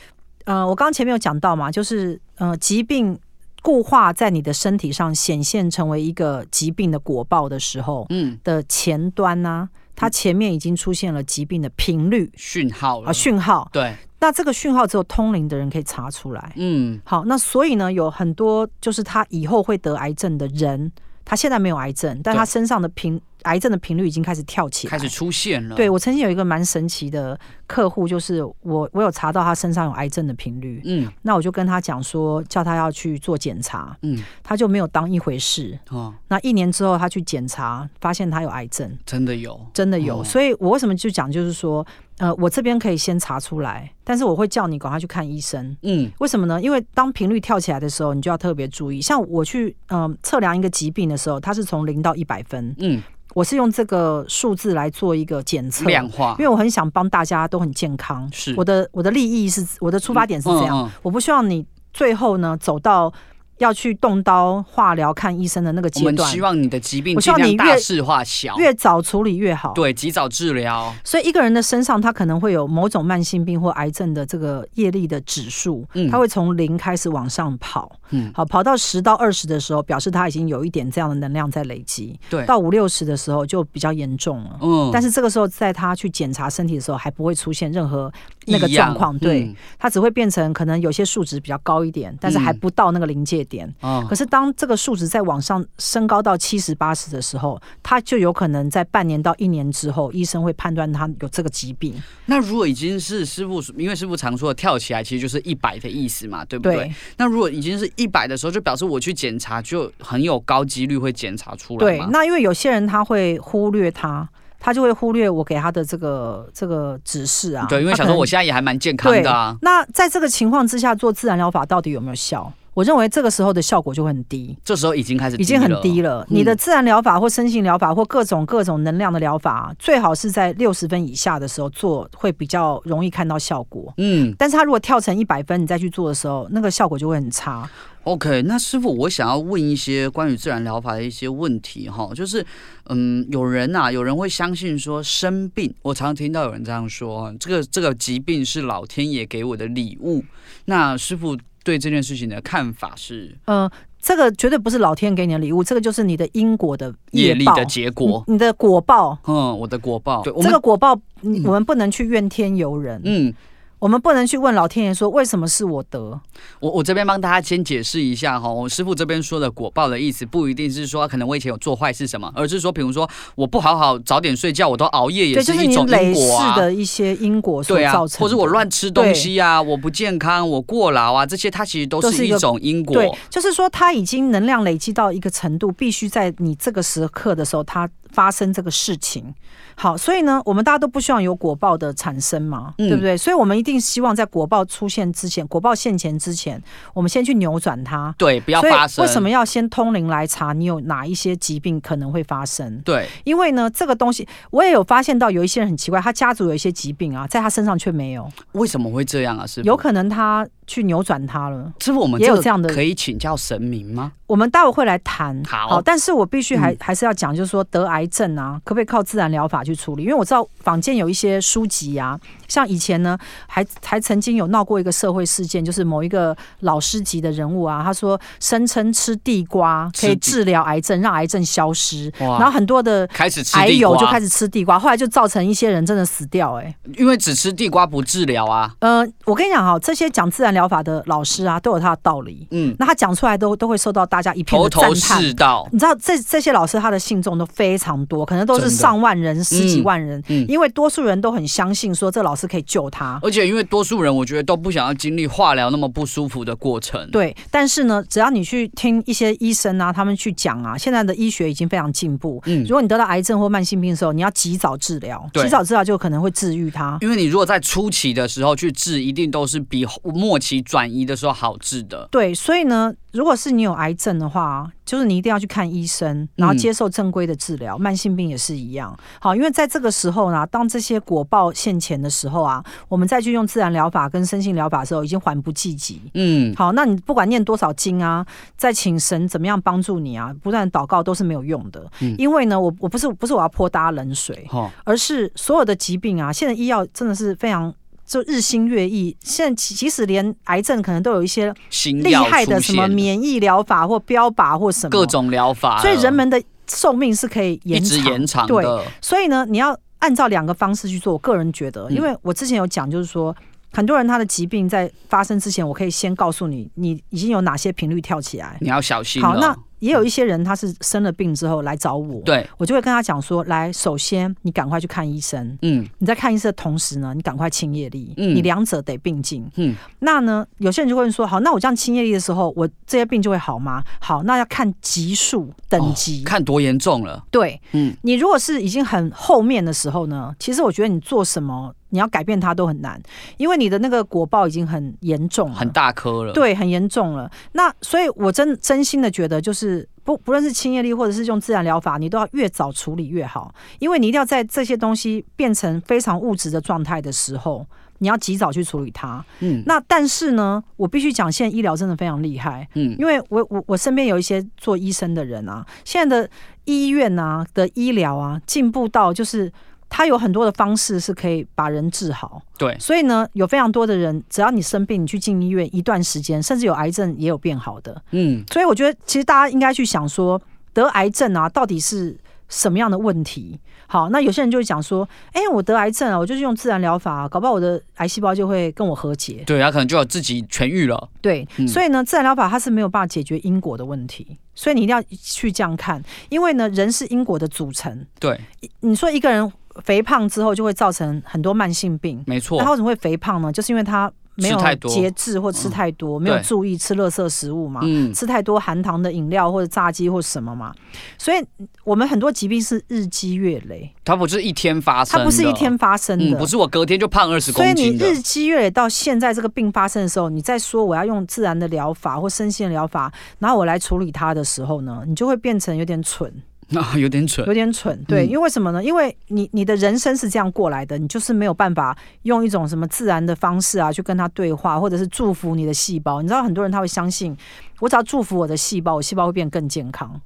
[SPEAKER 2] 呃，我刚前面有讲到嘛，就是呃，疾病固化在你的身体上显现成为一个疾病的果报的时候，
[SPEAKER 3] 嗯，
[SPEAKER 2] 的前端呢、它前面已经出现了疾病的频率
[SPEAKER 3] 讯号了。
[SPEAKER 2] 啊讯号，
[SPEAKER 3] 对，
[SPEAKER 2] 那这个讯号只有通灵的人可以查出来。
[SPEAKER 3] 嗯，
[SPEAKER 2] 好，那所以呢，有很多就是他以后会得癌症的人，他现在没有癌症，但
[SPEAKER 3] 对
[SPEAKER 2] 他身上的频癌症的频率已经开始跳起来。
[SPEAKER 3] 开始出现了。
[SPEAKER 2] 对，我曾经有一个蛮神奇的客户，就是我我有查到他身上有癌症的频率，
[SPEAKER 3] 嗯
[SPEAKER 2] 那我就跟他讲说，叫他要去做检查，
[SPEAKER 3] 嗯，
[SPEAKER 2] 他就没有当一回事。
[SPEAKER 3] 哦，
[SPEAKER 2] 那一年之后，他去检查，发现他有癌症。
[SPEAKER 3] 真的有。
[SPEAKER 2] 真的有，
[SPEAKER 3] 哦
[SPEAKER 2] 所以我为什么就讲，就是说，呃，我这边可以先查出来，但是我会叫你赶快去看医生。
[SPEAKER 3] 嗯，
[SPEAKER 2] 为什么呢？因为当频率跳起来的时候，你就要特别注意。像我去嗯、呃测量一个疾病的时候，它是从零到一百分，
[SPEAKER 3] 嗯，
[SPEAKER 2] 我是用这个数字来做一个检测，
[SPEAKER 3] 量
[SPEAKER 2] 因
[SPEAKER 3] 化
[SPEAKER 2] 为我很想帮大家都很健康。
[SPEAKER 3] 是
[SPEAKER 2] 我的我的利益是我的出发点是这样，
[SPEAKER 3] 嗯嗯
[SPEAKER 2] 我不希望你最后呢走到要去动刀化疗看医生的那个
[SPEAKER 3] 我
[SPEAKER 2] 阶
[SPEAKER 3] 们
[SPEAKER 2] 段
[SPEAKER 3] 希，望你的疾病
[SPEAKER 2] 我希
[SPEAKER 3] 尽
[SPEAKER 2] 望
[SPEAKER 3] 量
[SPEAKER 2] 你
[SPEAKER 3] 大
[SPEAKER 2] 越
[SPEAKER 3] 事化小，
[SPEAKER 2] 越早处理越好。
[SPEAKER 3] 对，及早治疗。
[SPEAKER 2] 所以一个人的身上，他可能会有某种慢性病或癌症的这个业力的指数，
[SPEAKER 3] 嗯
[SPEAKER 2] 他会从零开始往上跑，
[SPEAKER 3] 嗯
[SPEAKER 2] 好，跑到十到二十的时候，表示他已经有一点这样的能量在累积，
[SPEAKER 3] 对
[SPEAKER 2] 到五六十的时候就比较严重了。
[SPEAKER 3] 嗯
[SPEAKER 2] 但是这个时候，在他去检查身体的时候，还不会出现任何那个状
[SPEAKER 3] 嗯
[SPEAKER 2] 况，对、他只会变成可能有些数值比较高一点，但是还
[SPEAKER 3] 嗯
[SPEAKER 2] 不到那个临界点。
[SPEAKER 3] 啊
[SPEAKER 2] 可是当这个数值再往上升高到七十八十的时候，他就有可能在半年到一年之后，医生会判断他有这个疾病。
[SPEAKER 3] 那如果已经是师傅，因为师傅常说的跳起来，其实就是一百的意思嘛，对不对？
[SPEAKER 2] 对
[SPEAKER 3] 那如果已经是一百的时候，就表示我去检查就很有高几率会检查出来
[SPEAKER 2] 对
[SPEAKER 3] 嘛。，
[SPEAKER 2] 那因为有些人他会忽略他，他就会忽略我给他的这个这个指示啊。
[SPEAKER 3] 对，因为
[SPEAKER 2] 他
[SPEAKER 3] 想
[SPEAKER 2] 可
[SPEAKER 3] 说
[SPEAKER 2] 能
[SPEAKER 3] 我现在也还蛮健康的啊。
[SPEAKER 2] 那在这个情况之下，做自然疗法到底有没有效？我认为这个时候的效果就会很低，
[SPEAKER 3] 这时候已经开始
[SPEAKER 2] 已经很低
[SPEAKER 3] 了。
[SPEAKER 2] 了。
[SPEAKER 3] 嗯
[SPEAKER 2] 你的自然疗法或身心疗法或各种各种能量的疗法，最好是在六十分以下的时候做，会比较容易看到效果。
[SPEAKER 3] 嗯
[SPEAKER 2] 但是它如果跳成一百分，你再去做的时候，那个效果就会很差。
[SPEAKER 3] ，OK，那师傅，我想要问一些关于自然疗法的一些问题哈，就是，嗯，有人呐、有人会相信说生病，我常听到有人这样说，啊这个这个疾病是老天爷给我的礼物。那师傅对这件事情的看法是
[SPEAKER 2] 嗯、这个绝对不是老天给你的礼物，这个就是你的因果的
[SPEAKER 3] 业力
[SPEAKER 2] 报
[SPEAKER 3] 的结果，
[SPEAKER 2] 你你的果报。
[SPEAKER 3] 嗯，我的果报，对，我
[SPEAKER 2] 这
[SPEAKER 3] 们
[SPEAKER 2] 个果报，
[SPEAKER 3] 嗯
[SPEAKER 2] 你我们不能去怨天尤人。
[SPEAKER 3] 嗯，
[SPEAKER 2] 我们不能去问老天爷说为什么是我得，
[SPEAKER 3] 我我这边帮大家先解释一下哈，我师傅这边说的果报的意思，不一定是说可能我以前有做坏事什么，而是说，比如说我不好好早点睡觉，我都熬夜也
[SPEAKER 2] 对，就是
[SPEAKER 3] 一
[SPEAKER 2] 你
[SPEAKER 3] 种因
[SPEAKER 2] 累
[SPEAKER 3] 果
[SPEAKER 2] 世
[SPEAKER 3] 啊。
[SPEAKER 2] 的一些因果所
[SPEAKER 3] 对啊
[SPEAKER 2] 造，成的，
[SPEAKER 3] 或者我乱吃东西啊，我不健康，我过劳啊，这些它其实都
[SPEAKER 2] 都
[SPEAKER 3] 是
[SPEAKER 2] 是一
[SPEAKER 3] 一
[SPEAKER 2] 个
[SPEAKER 3] 种因果。
[SPEAKER 2] 对，就是说它已经能量累积到一个程度，必须在你这个时刻的时候，它发生这个事情。好，所以呢，我们大家都不希望有果报的产生嘛，
[SPEAKER 3] 嗯
[SPEAKER 2] 对不对？所以我们一定希望在果报出现之前，果报现前之前，我们先去扭转它。
[SPEAKER 3] 对，不要
[SPEAKER 2] 所以
[SPEAKER 3] 发生。
[SPEAKER 2] 为什么？要先通灵来查你有哪一些疾病可能会发生？
[SPEAKER 3] 对，
[SPEAKER 2] 因为呢，这个东西我也有发现到，有一些人很奇怪，他家族有一些疾病啊，在他身上却没有，
[SPEAKER 3] 为什么会这样啊？师傅，
[SPEAKER 2] 有可能他去扭转它了。
[SPEAKER 3] 师傅，我们
[SPEAKER 2] 也有
[SPEAKER 3] 个
[SPEAKER 2] 这样的
[SPEAKER 3] 可以请教神明吗？
[SPEAKER 2] 我们待会会来谈。
[SPEAKER 3] 好
[SPEAKER 2] 但是我必须还、
[SPEAKER 3] 嗯
[SPEAKER 2] 还是要讲，就是说得癌症啊，可不可以靠自然疗法去处理？因为我知道坊间有一些书籍啊，像以前呢，还还曾经有闹过一个社会事件，就是某一个老师级的人物啊，他说声称吃地瓜可以
[SPEAKER 3] 吃地
[SPEAKER 2] 治疗癌症，让癌症消失，
[SPEAKER 3] 哇
[SPEAKER 2] 然后很多的。
[SPEAKER 3] 开始吃
[SPEAKER 2] 癌
[SPEAKER 3] 地
[SPEAKER 2] 友就
[SPEAKER 3] 瓜，
[SPEAKER 2] 开始吃地瓜，后来就造成一些人真的死掉、哎，
[SPEAKER 3] 因为只吃地瓜不治疗啊。
[SPEAKER 2] 呃，我跟你讲哈、这些讲自然疗法的老师啊，都有他的道理。
[SPEAKER 3] 嗯，
[SPEAKER 2] 那他讲出来都都会受到大家一片
[SPEAKER 3] 头
[SPEAKER 2] 的赞
[SPEAKER 3] 头
[SPEAKER 2] 叹。
[SPEAKER 3] 是道。
[SPEAKER 2] 你知道这这些老师他的信众都非常多，可能都是
[SPEAKER 3] 真的
[SPEAKER 2] 上万人、十几万人，
[SPEAKER 3] 嗯
[SPEAKER 2] 因为多数人都很相信说这老师可以救他。
[SPEAKER 3] 而且因为多数人，我觉得都不想要经历化疗那么不舒服的过程。，
[SPEAKER 2] 对，但是呢，只要你去听一些医生啊，他们去讲啊，现在的医学已经非常进步。
[SPEAKER 3] 嗯
[SPEAKER 2] 如，果你得到癌症或慢性病的时候，你要及早治疗，
[SPEAKER 3] 对
[SPEAKER 2] 及早治疗就可能会治愈它。
[SPEAKER 3] 因为你如果在初期的时候去治，一定都是比末期转移的时候好治的。
[SPEAKER 2] 对，所以呢，如果是你有癌症的话，就是你一定要去看医生，然后
[SPEAKER 3] 嗯
[SPEAKER 2] 接受正规的治疗。慢性病也是一样，好，因为在这个时候呢，当这些果报现前的时候啊，我们再去用自然疗法跟身心疗法的时候，已经缓不济急。
[SPEAKER 3] 嗯，
[SPEAKER 2] 好，那你不管念多少经啊，再请神怎么样帮助你啊，不断地祷告都是没有用的。
[SPEAKER 3] 嗯
[SPEAKER 2] 因为呢，我我不是不是我要泼大家冷水，
[SPEAKER 3] 好、
[SPEAKER 2] 而是所有的疾病啊，现在医药真的是非常就日新月异。现在其即使连癌症可能都有一些
[SPEAKER 3] 新
[SPEAKER 2] 厉
[SPEAKER 3] 药
[SPEAKER 2] 害的
[SPEAKER 3] 出
[SPEAKER 2] 什么
[SPEAKER 3] 现
[SPEAKER 2] 免疫疗法或标靶或什么
[SPEAKER 3] 各，种疗法了，
[SPEAKER 2] 所以人们的寿命是可以
[SPEAKER 3] 一
[SPEAKER 2] 延
[SPEAKER 3] 直
[SPEAKER 2] 长。
[SPEAKER 3] 延长
[SPEAKER 2] 对，
[SPEAKER 3] 的。
[SPEAKER 2] 所以呢，你要按照两个方式去做。我个人觉得，
[SPEAKER 3] 嗯
[SPEAKER 2] 因为我之前有讲，就是说。很多人他的疾病在发生之前，我可以先告诉你，你已经有哪些频率跳起来。
[SPEAKER 3] 你要小心了。
[SPEAKER 2] 好，那也有一些人他是生了病之后来找我，
[SPEAKER 3] 对，
[SPEAKER 2] 我就会跟他讲说，来，首先你赶快去看医生，
[SPEAKER 3] 嗯
[SPEAKER 2] 你在看医生的同时呢，你赶快清业力，
[SPEAKER 3] 嗯
[SPEAKER 2] 你两者得并进。
[SPEAKER 3] 嗯，
[SPEAKER 2] 那呢，有些人就会说，好，那我这样清业力的时候，我这些病就会好吗？好，那要看级数等级。
[SPEAKER 3] 哦看多严重了。
[SPEAKER 2] 对
[SPEAKER 3] 嗯，
[SPEAKER 2] 你如果是已经很后面的时候呢，其实我觉得你做什么，你要改变它都很难，因为你的那个果报已经很严重了，
[SPEAKER 3] 很大颗了。，
[SPEAKER 2] 对，很严重了。那所以，我真真心的觉得，就是不不论是清业力，或者是用自然疗法，你都要越早处理越好，因为你一定要在这些东西变成非常物质的状态的时候，你要及早去处理它。
[SPEAKER 3] 嗯
[SPEAKER 2] 那但是呢，我必须讲，现在医疗真的非常厉害，
[SPEAKER 3] 嗯，
[SPEAKER 2] 因为我我我身边有一些做医生的人啊，现在的医院啊的医疗啊进步到就是。它有很多的方式是可以把人治好，
[SPEAKER 3] 对
[SPEAKER 2] 所以呢，有非常多的人，只要你生病，你去进医院一段时间，甚至有癌症也有变好的。
[SPEAKER 3] 嗯
[SPEAKER 2] 所以我觉得，其实大家应该去想说，得癌症啊，到底是什么样的问题？好，那有些人就会讲说，哎、我得癌症啊，我就是用自然疗法、搞不好我的癌细胞就会跟我和解。
[SPEAKER 3] 对，他可能就有自己痊愈了。
[SPEAKER 2] 对，
[SPEAKER 3] 嗯
[SPEAKER 2] 所以呢，自然疗法它是没有办法解决因果的问题，所以你一定要去这样看，因为呢，人是因果的组成。
[SPEAKER 3] 对，
[SPEAKER 2] 你说一个人肥胖之后，就会造成很多慢性病，
[SPEAKER 3] 没错
[SPEAKER 2] 那他。为什么会肥胖呢？就是因为他没有
[SPEAKER 3] 吃太多嗯
[SPEAKER 2] 节制或吃太多，没有
[SPEAKER 3] 对
[SPEAKER 2] 注意吃垃圾食物嘛，
[SPEAKER 3] 嗯，
[SPEAKER 2] 吃太多含糖的饮料或者炸鸡或什么嘛。所以我们很多疾病是日积月累，
[SPEAKER 3] 它不是一天发生
[SPEAKER 2] 它
[SPEAKER 3] 的，
[SPEAKER 2] 不是一天发生的。
[SPEAKER 3] 嗯，不是我隔天就胖二十
[SPEAKER 2] 所以
[SPEAKER 3] 公
[SPEAKER 2] 你
[SPEAKER 3] 斤的。
[SPEAKER 2] 日积月累到现在这个病发生的时候，你再说我要用自然的疗法或身心的疗法，然后我来处理它的时候呢，你就会变成有点蠢，
[SPEAKER 3] 啊， 有点蠢。
[SPEAKER 2] 有点蠢。对，
[SPEAKER 3] 嗯
[SPEAKER 2] 因为为什么呢？因为你你的人生是这样过来的，你就是没有办法用一种什么自然的方式啊去跟他对话，或者是祝福你的细胞。你知道很多人他会相信，我只要祝福我的细胞，我细胞会变更健康。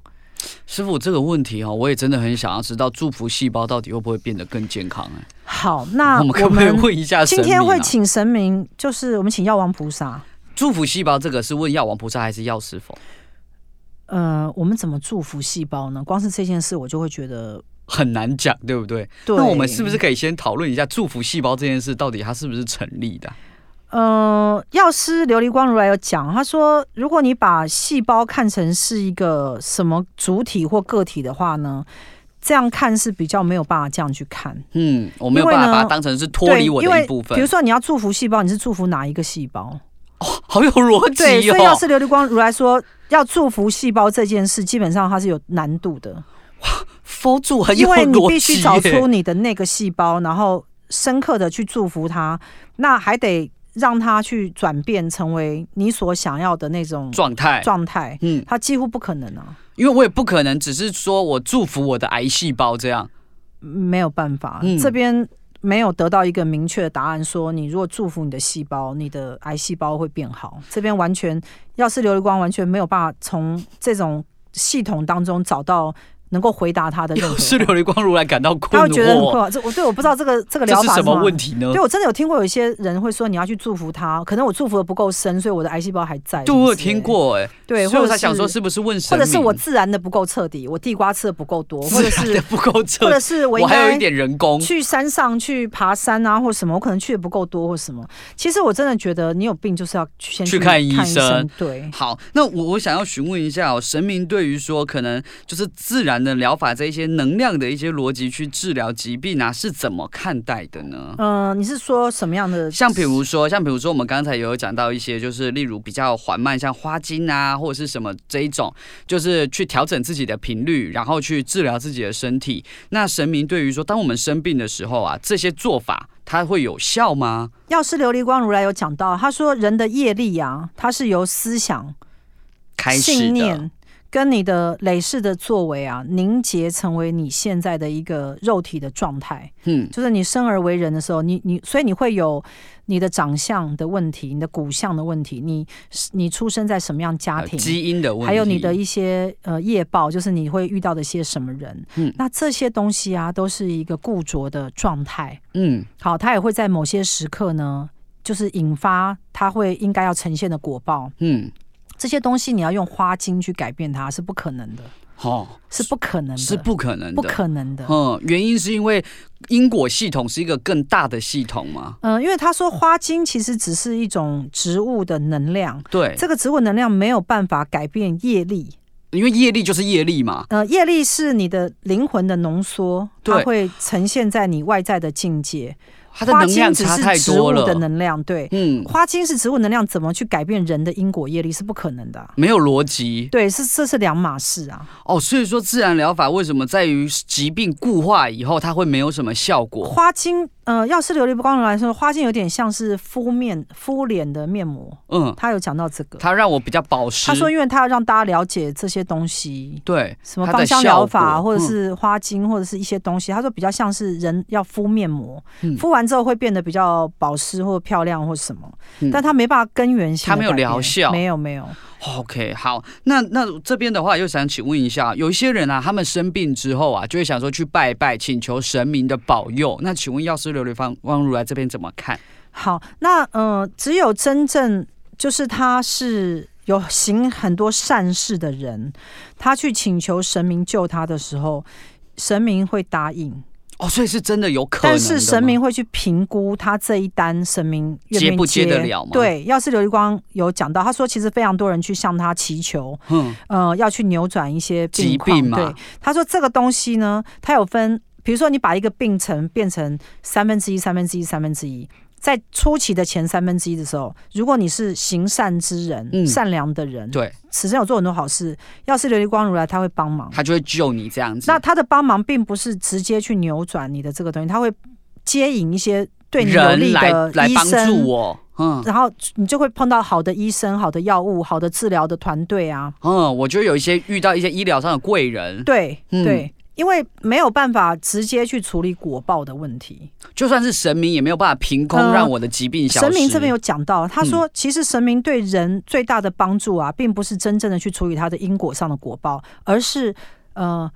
[SPEAKER 3] 师傅这个问题哈、哦，我也真的很想要知道，祝福细胞到底会不会变得更健康、哎，
[SPEAKER 2] 好，那 我
[SPEAKER 3] 我们可不可以
[SPEAKER 2] 们
[SPEAKER 3] 问一下神
[SPEAKER 2] 今
[SPEAKER 3] 明、啊？
[SPEAKER 2] 天会请神明，就是我们请药王菩萨。
[SPEAKER 3] 祝福细胞这个是问药王菩萨还是药师佛？
[SPEAKER 2] 呃，我们怎么祝福细胞呢？光是这件事，我就会觉得
[SPEAKER 3] 很难讲，对不对？
[SPEAKER 2] 对，
[SPEAKER 3] 那我们是不是？可以先讨论一下祝福细胞这件事到底它是不是成立的？啊
[SPEAKER 2] 呃，药师琉璃光如来有讲，他说，如果你把细胞看成是一个什么主体或个体的话呢，这样看是比较没有办法这样去看。
[SPEAKER 3] 嗯，我没有
[SPEAKER 2] 因为
[SPEAKER 3] 办法把它
[SPEAKER 2] 呢
[SPEAKER 3] 当成是脱离我
[SPEAKER 2] 对因
[SPEAKER 3] 的
[SPEAKER 2] 为
[SPEAKER 3] 一部分
[SPEAKER 2] 比如。说你要祝福细胞，你是祝福哪一个细胞？
[SPEAKER 3] 哦好有逻
[SPEAKER 2] 对，
[SPEAKER 3] 辑
[SPEAKER 2] 所以药
[SPEAKER 3] 哦！
[SPEAKER 2] 师琉璃光如来说，要祝福细胞这件事，基本上它是有难度的，
[SPEAKER 3] 佛祖很
[SPEAKER 2] 因
[SPEAKER 3] 有
[SPEAKER 2] 为你
[SPEAKER 3] 逻
[SPEAKER 2] 必须
[SPEAKER 3] 辑耶
[SPEAKER 2] 找出你的那个细胞，然后深刻的去祝福它，那还得让它去转变成为你所想要的那种
[SPEAKER 3] 状态。
[SPEAKER 2] 状态。
[SPEAKER 3] 嗯，
[SPEAKER 2] 它几乎不可能啊，
[SPEAKER 3] 因为我也不可能只是说我祝福我的癌细胞这样。
[SPEAKER 2] 没有办法，
[SPEAKER 3] 嗯
[SPEAKER 2] 这边没有得到一个明确的答案，说你如果祝福你的细胞，你的癌细胞会变好。这边完全，要是琉璃光完全没有办法从这种系统当中找到能够回答他的任
[SPEAKER 3] 要
[SPEAKER 2] 何，
[SPEAKER 3] 是琉璃光如来感到困
[SPEAKER 2] 他会觉得很困
[SPEAKER 3] 惑，哦
[SPEAKER 2] 惑。这我对我不知道这个这个
[SPEAKER 3] 这
[SPEAKER 2] 疗
[SPEAKER 3] 是
[SPEAKER 2] 法
[SPEAKER 3] 什么问
[SPEAKER 2] 题。
[SPEAKER 3] 题呢
[SPEAKER 2] 对，？我真的有听过有一些人会说你要去祝福他，可能我祝福的不够深，所以我的癌细胞还在。
[SPEAKER 3] 对，
[SPEAKER 2] 什么
[SPEAKER 3] 我有
[SPEAKER 2] 之类
[SPEAKER 3] 听
[SPEAKER 2] 的，
[SPEAKER 3] 过哎，
[SPEAKER 2] 对，
[SPEAKER 3] 所以
[SPEAKER 2] 或
[SPEAKER 3] 我
[SPEAKER 2] 者
[SPEAKER 3] 才想说
[SPEAKER 2] 是
[SPEAKER 3] 是不是问神
[SPEAKER 2] 或
[SPEAKER 3] 明？
[SPEAKER 2] 者是我 自然的不够彻底，我地瓜吃的不够多，或
[SPEAKER 3] 自
[SPEAKER 2] 者
[SPEAKER 3] 然的
[SPEAKER 2] 是
[SPEAKER 3] 不够
[SPEAKER 2] 或
[SPEAKER 3] 彻
[SPEAKER 2] 者
[SPEAKER 3] 底，
[SPEAKER 2] 是我应
[SPEAKER 3] 我还有
[SPEAKER 2] 该
[SPEAKER 3] 一点人工。
[SPEAKER 2] 去山上去爬山啊，或什么，我可能去的不够多或什么。其实我真的觉得你有病就是要先
[SPEAKER 3] 去看
[SPEAKER 2] 看
[SPEAKER 3] 医
[SPEAKER 2] 医
[SPEAKER 3] 生
[SPEAKER 2] 生，对。
[SPEAKER 3] 好，那我我想要询问一下哦，神明对于说可能就是自然的疗法这一些能量的一些逻辑去治疗疾病啊，是怎么看待的呢？
[SPEAKER 2] 嗯、你是说什么样的？
[SPEAKER 3] 像比如说，像比如说，我们刚才也有讲到一些，就是例如比较缓慢，像花精啊，或者是什么这一种，就是去调整自己的频率，然后去治疗自己的身体。那神明对于说，当我们生病的时候啊，这些做法它会有效吗？
[SPEAKER 2] 药师琉璃光如来有讲到，他说人的业力啊，它是由思想、
[SPEAKER 3] 开始
[SPEAKER 2] 信
[SPEAKER 3] 的，
[SPEAKER 2] 念跟你的累世的作为啊，凝结成为你现在的一个肉体的状态。
[SPEAKER 3] 嗯，
[SPEAKER 2] 就是你生而为人的时候，你你所以你会有你的长相的问题，你的骨相的问题，你你出生在什么样家
[SPEAKER 3] 呃
[SPEAKER 2] 庭，
[SPEAKER 3] 基因的问题，
[SPEAKER 2] 还有你的一些呃业报，就是你会遇到的一些什么人，
[SPEAKER 3] 嗯
[SPEAKER 2] 那这些东西啊，都是一个固着的状态。
[SPEAKER 3] 嗯，
[SPEAKER 2] 好，它也会在某些时刻呢，就是引发它会应该要呈现的果报。
[SPEAKER 3] 嗯，
[SPEAKER 2] 这些东西你要用花精去改变它是不可能的，
[SPEAKER 3] 好、
[SPEAKER 2] 是不可能的，
[SPEAKER 3] 是不可能
[SPEAKER 2] 不
[SPEAKER 3] 的，
[SPEAKER 2] 可能的。
[SPEAKER 3] 嗯，原因是因为因果系统是一个更大的系统嘛？
[SPEAKER 2] 嗯、因为他说花精其实只是一种植物的能量，
[SPEAKER 3] 对，
[SPEAKER 2] 这个植物能量没有办法改变业力，
[SPEAKER 3] 因为业力就是业力嘛。
[SPEAKER 2] 呃，业力是你的灵魂的浓缩，它
[SPEAKER 3] 对
[SPEAKER 2] 会呈现在你外在的境界。
[SPEAKER 3] 它的
[SPEAKER 2] 花
[SPEAKER 3] 能
[SPEAKER 2] 精
[SPEAKER 3] 量
[SPEAKER 2] 只
[SPEAKER 3] 差
[SPEAKER 2] 是
[SPEAKER 3] 太
[SPEAKER 2] 植
[SPEAKER 3] 多
[SPEAKER 2] 物
[SPEAKER 3] 了
[SPEAKER 2] 的，能量，对，
[SPEAKER 3] 嗯，
[SPEAKER 2] 花精是植物能量，怎么去改变人的因果业力是不可能的啊、
[SPEAKER 3] 没有逻辑
[SPEAKER 2] 对，是这是两码事啊。
[SPEAKER 3] 哦。所以说，自然疗法为什么在于疾病固化以后，它会没有什么效果？
[SPEAKER 2] 花精，呃，要是琉璃光来说，花精有点像是敷面敷脸的面膜，
[SPEAKER 3] 嗯，
[SPEAKER 2] 他有讲到这个。
[SPEAKER 3] 它让我比较保湿。
[SPEAKER 2] 哦他说，因为他要让大家了解这些东西，
[SPEAKER 3] 对，
[SPEAKER 2] 什么
[SPEAKER 3] 它的
[SPEAKER 2] 芳香疗
[SPEAKER 3] 效
[SPEAKER 2] 法，
[SPEAKER 3] 果嗯
[SPEAKER 2] 或者是花精，或者是一些东西。他说比较像是人要敷面膜
[SPEAKER 3] 嗯，
[SPEAKER 2] 敷完之后会变得比较保湿或漂亮或什么
[SPEAKER 3] 嗯，
[SPEAKER 2] 但他没办法根源性的
[SPEAKER 3] 它没有
[SPEAKER 2] 改变
[SPEAKER 3] 疗效
[SPEAKER 2] 没有没有。
[SPEAKER 3] OK，好，那那这边的话，又想请问一下，有一些人啊，他们生病之后啊，就会想说去拜拜，请求神明的保佑。那请问药师琉璃方汪如来这边怎么看？
[SPEAKER 2] 好，那呃，只有真正就是他是有行很多善事的人，他去请求神明救他的时候，神明会答应，
[SPEAKER 3] 哦，所以是真的有可能
[SPEAKER 2] 但
[SPEAKER 3] 的吗，
[SPEAKER 2] 是神明会去评估他这一单神明愿
[SPEAKER 3] 接
[SPEAKER 2] 愿
[SPEAKER 3] 不接得了吗
[SPEAKER 2] 对，要是琉璃光有讲到，他说其实非常多人去向他祈求，
[SPEAKER 3] 嗯，
[SPEAKER 2] 呃，要去扭转一些病
[SPEAKER 3] 疾
[SPEAKER 2] 况
[SPEAKER 3] 病嘛
[SPEAKER 2] 对，他说这个东西呢，它有分，比如说你把一个病程变成三分之一、三分之一、三分之一，在初期的前三分之一的时候，如果你是行善之人、
[SPEAKER 3] 嗯
[SPEAKER 2] 善良的人，
[SPEAKER 3] 对，
[SPEAKER 2] 此生有做很多好事，要是琉璃光如来，他会帮忙。
[SPEAKER 3] 他就会救你这样子。
[SPEAKER 2] 那他的帮忙并不是直接去扭转你的这个东西，他会接引一些对你有
[SPEAKER 3] 人
[SPEAKER 2] 利
[SPEAKER 3] 来
[SPEAKER 2] 的
[SPEAKER 3] 来
[SPEAKER 2] 医
[SPEAKER 3] 帮
[SPEAKER 2] 生
[SPEAKER 3] 助我，嗯
[SPEAKER 2] 然后你就会碰到好的医生、好的药物、好的治疗的团队啊，
[SPEAKER 3] 嗯，我就有一些遇到一些医疗上的贵人，
[SPEAKER 2] 对、
[SPEAKER 3] 嗯
[SPEAKER 2] 对，因为没有办法直接去处理果报的问题。
[SPEAKER 3] 就算是神明也没有办法凭空
[SPEAKER 2] 呃
[SPEAKER 3] 让我的疾病消失。
[SPEAKER 2] 神明这边有讲到，
[SPEAKER 3] 嗯
[SPEAKER 2] 他说其实神明对人最大的帮助啊，并不是真正的去处理他的因果上的果报，而是呃。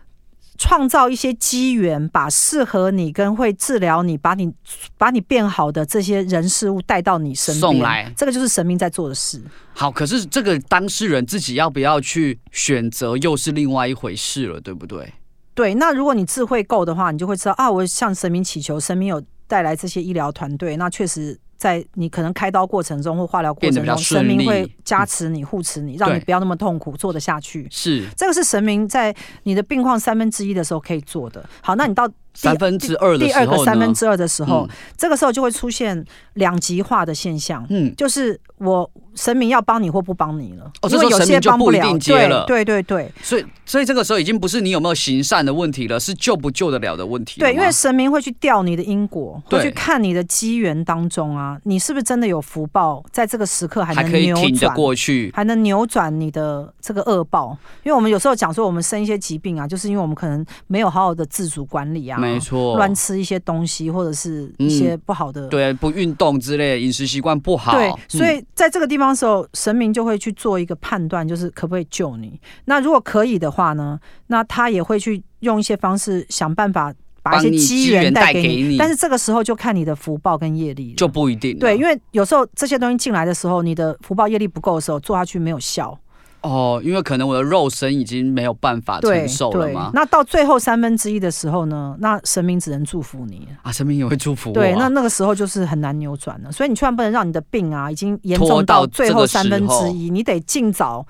[SPEAKER 2] 创造一些机缘，把适合你跟会治疗你、把你把你变好的这些人事物带到你身边，
[SPEAKER 3] 送来
[SPEAKER 2] 这个就是神明在做的事。
[SPEAKER 3] 好，可是这个当事人自己要不要去选择，又是另外一回事了，对不对？
[SPEAKER 2] 对，那如果你智慧够的话，你就会知道啊，我向神明祈求，神明有带来这些医疗团队，那确实在你可能开刀过程中或化疗过
[SPEAKER 3] 变得
[SPEAKER 2] 程
[SPEAKER 3] 比较
[SPEAKER 2] 中，神
[SPEAKER 3] 顺利嗯
[SPEAKER 2] 明会加持你、护持你，让你
[SPEAKER 3] 对
[SPEAKER 2] 不要那么痛苦，做得下去。
[SPEAKER 3] 是
[SPEAKER 2] 这个是神明在你的病况三分之一的时候可以做的。好，那你到
[SPEAKER 3] 三分之二的
[SPEAKER 2] 第
[SPEAKER 3] 时
[SPEAKER 2] 二
[SPEAKER 3] 候呢？
[SPEAKER 2] 个三分之二的时候，
[SPEAKER 3] 嗯
[SPEAKER 2] 这个时候就会出现两极化的现象。
[SPEAKER 3] 嗯，
[SPEAKER 2] 就是我神明要帮你或不帮你了，
[SPEAKER 3] 哦
[SPEAKER 2] 因
[SPEAKER 3] 这时
[SPEAKER 2] 为
[SPEAKER 3] 候
[SPEAKER 2] 有
[SPEAKER 3] 神
[SPEAKER 2] 些
[SPEAKER 3] 明就
[SPEAKER 2] 帮
[SPEAKER 3] 不一
[SPEAKER 2] 了，
[SPEAKER 3] 定接了
[SPEAKER 2] 对对对对
[SPEAKER 3] 所以嗯所以这个时候已经不是你有没有行善的问题了，是救不救得了的问题了吗。
[SPEAKER 2] 对，因为神明会去调你的因果，会
[SPEAKER 3] 对
[SPEAKER 2] 去看你的机缘当中啊，你是不是真的有福报，在这个时刻还
[SPEAKER 3] 还
[SPEAKER 2] 能
[SPEAKER 3] 可以
[SPEAKER 2] 扭
[SPEAKER 3] 挺得
[SPEAKER 2] 转。
[SPEAKER 3] 过去。
[SPEAKER 2] 还能扭转你的这个恶报，因为我们有时候讲说我们生一些疾病啊，就是因为我们可能没有好好的自主管理啊，
[SPEAKER 3] 没错，嗯
[SPEAKER 2] 乱吃一些东西或者是一些不好的。
[SPEAKER 3] 对不运动之类，饮食习惯不好，
[SPEAKER 2] 对
[SPEAKER 3] 嗯
[SPEAKER 2] 所以在这个地方的时候，神明就会去做一个判断，就是可不可以救你。那如果可以的话呢，那他也会去用一些方式想办法把一
[SPEAKER 3] 帮
[SPEAKER 2] 些
[SPEAKER 3] 你
[SPEAKER 2] 机
[SPEAKER 3] 机
[SPEAKER 2] 缘
[SPEAKER 3] 缘
[SPEAKER 2] 带
[SPEAKER 3] 带
[SPEAKER 2] 给
[SPEAKER 3] 给
[SPEAKER 2] 你。
[SPEAKER 3] 你
[SPEAKER 2] 但是这个时候就看你的福报跟业力了
[SPEAKER 3] 就不一定了
[SPEAKER 2] 对，因为有时候这些东西进来的时候，你的福报业力不够的时候，做下去没有效。
[SPEAKER 3] 哦，因为可能我的肉身已经没有办法
[SPEAKER 2] 对
[SPEAKER 3] 啊承受了
[SPEAKER 2] 对
[SPEAKER 3] 嘛，。
[SPEAKER 2] 那到最后三分之一的时候呢，那神明只能祝福你。
[SPEAKER 3] 啊，神明也会祝福我啊、
[SPEAKER 2] 对，那那个时候就是很难扭转啊了，所以你千万不能让你的病啊已经严
[SPEAKER 3] 拖
[SPEAKER 2] 重
[SPEAKER 3] 到
[SPEAKER 2] 到最
[SPEAKER 3] 这
[SPEAKER 2] 后
[SPEAKER 3] 个
[SPEAKER 2] 三
[SPEAKER 3] 时
[SPEAKER 2] 分之
[SPEAKER 3] 候
[SPEAKER 2] 一，你得尽早。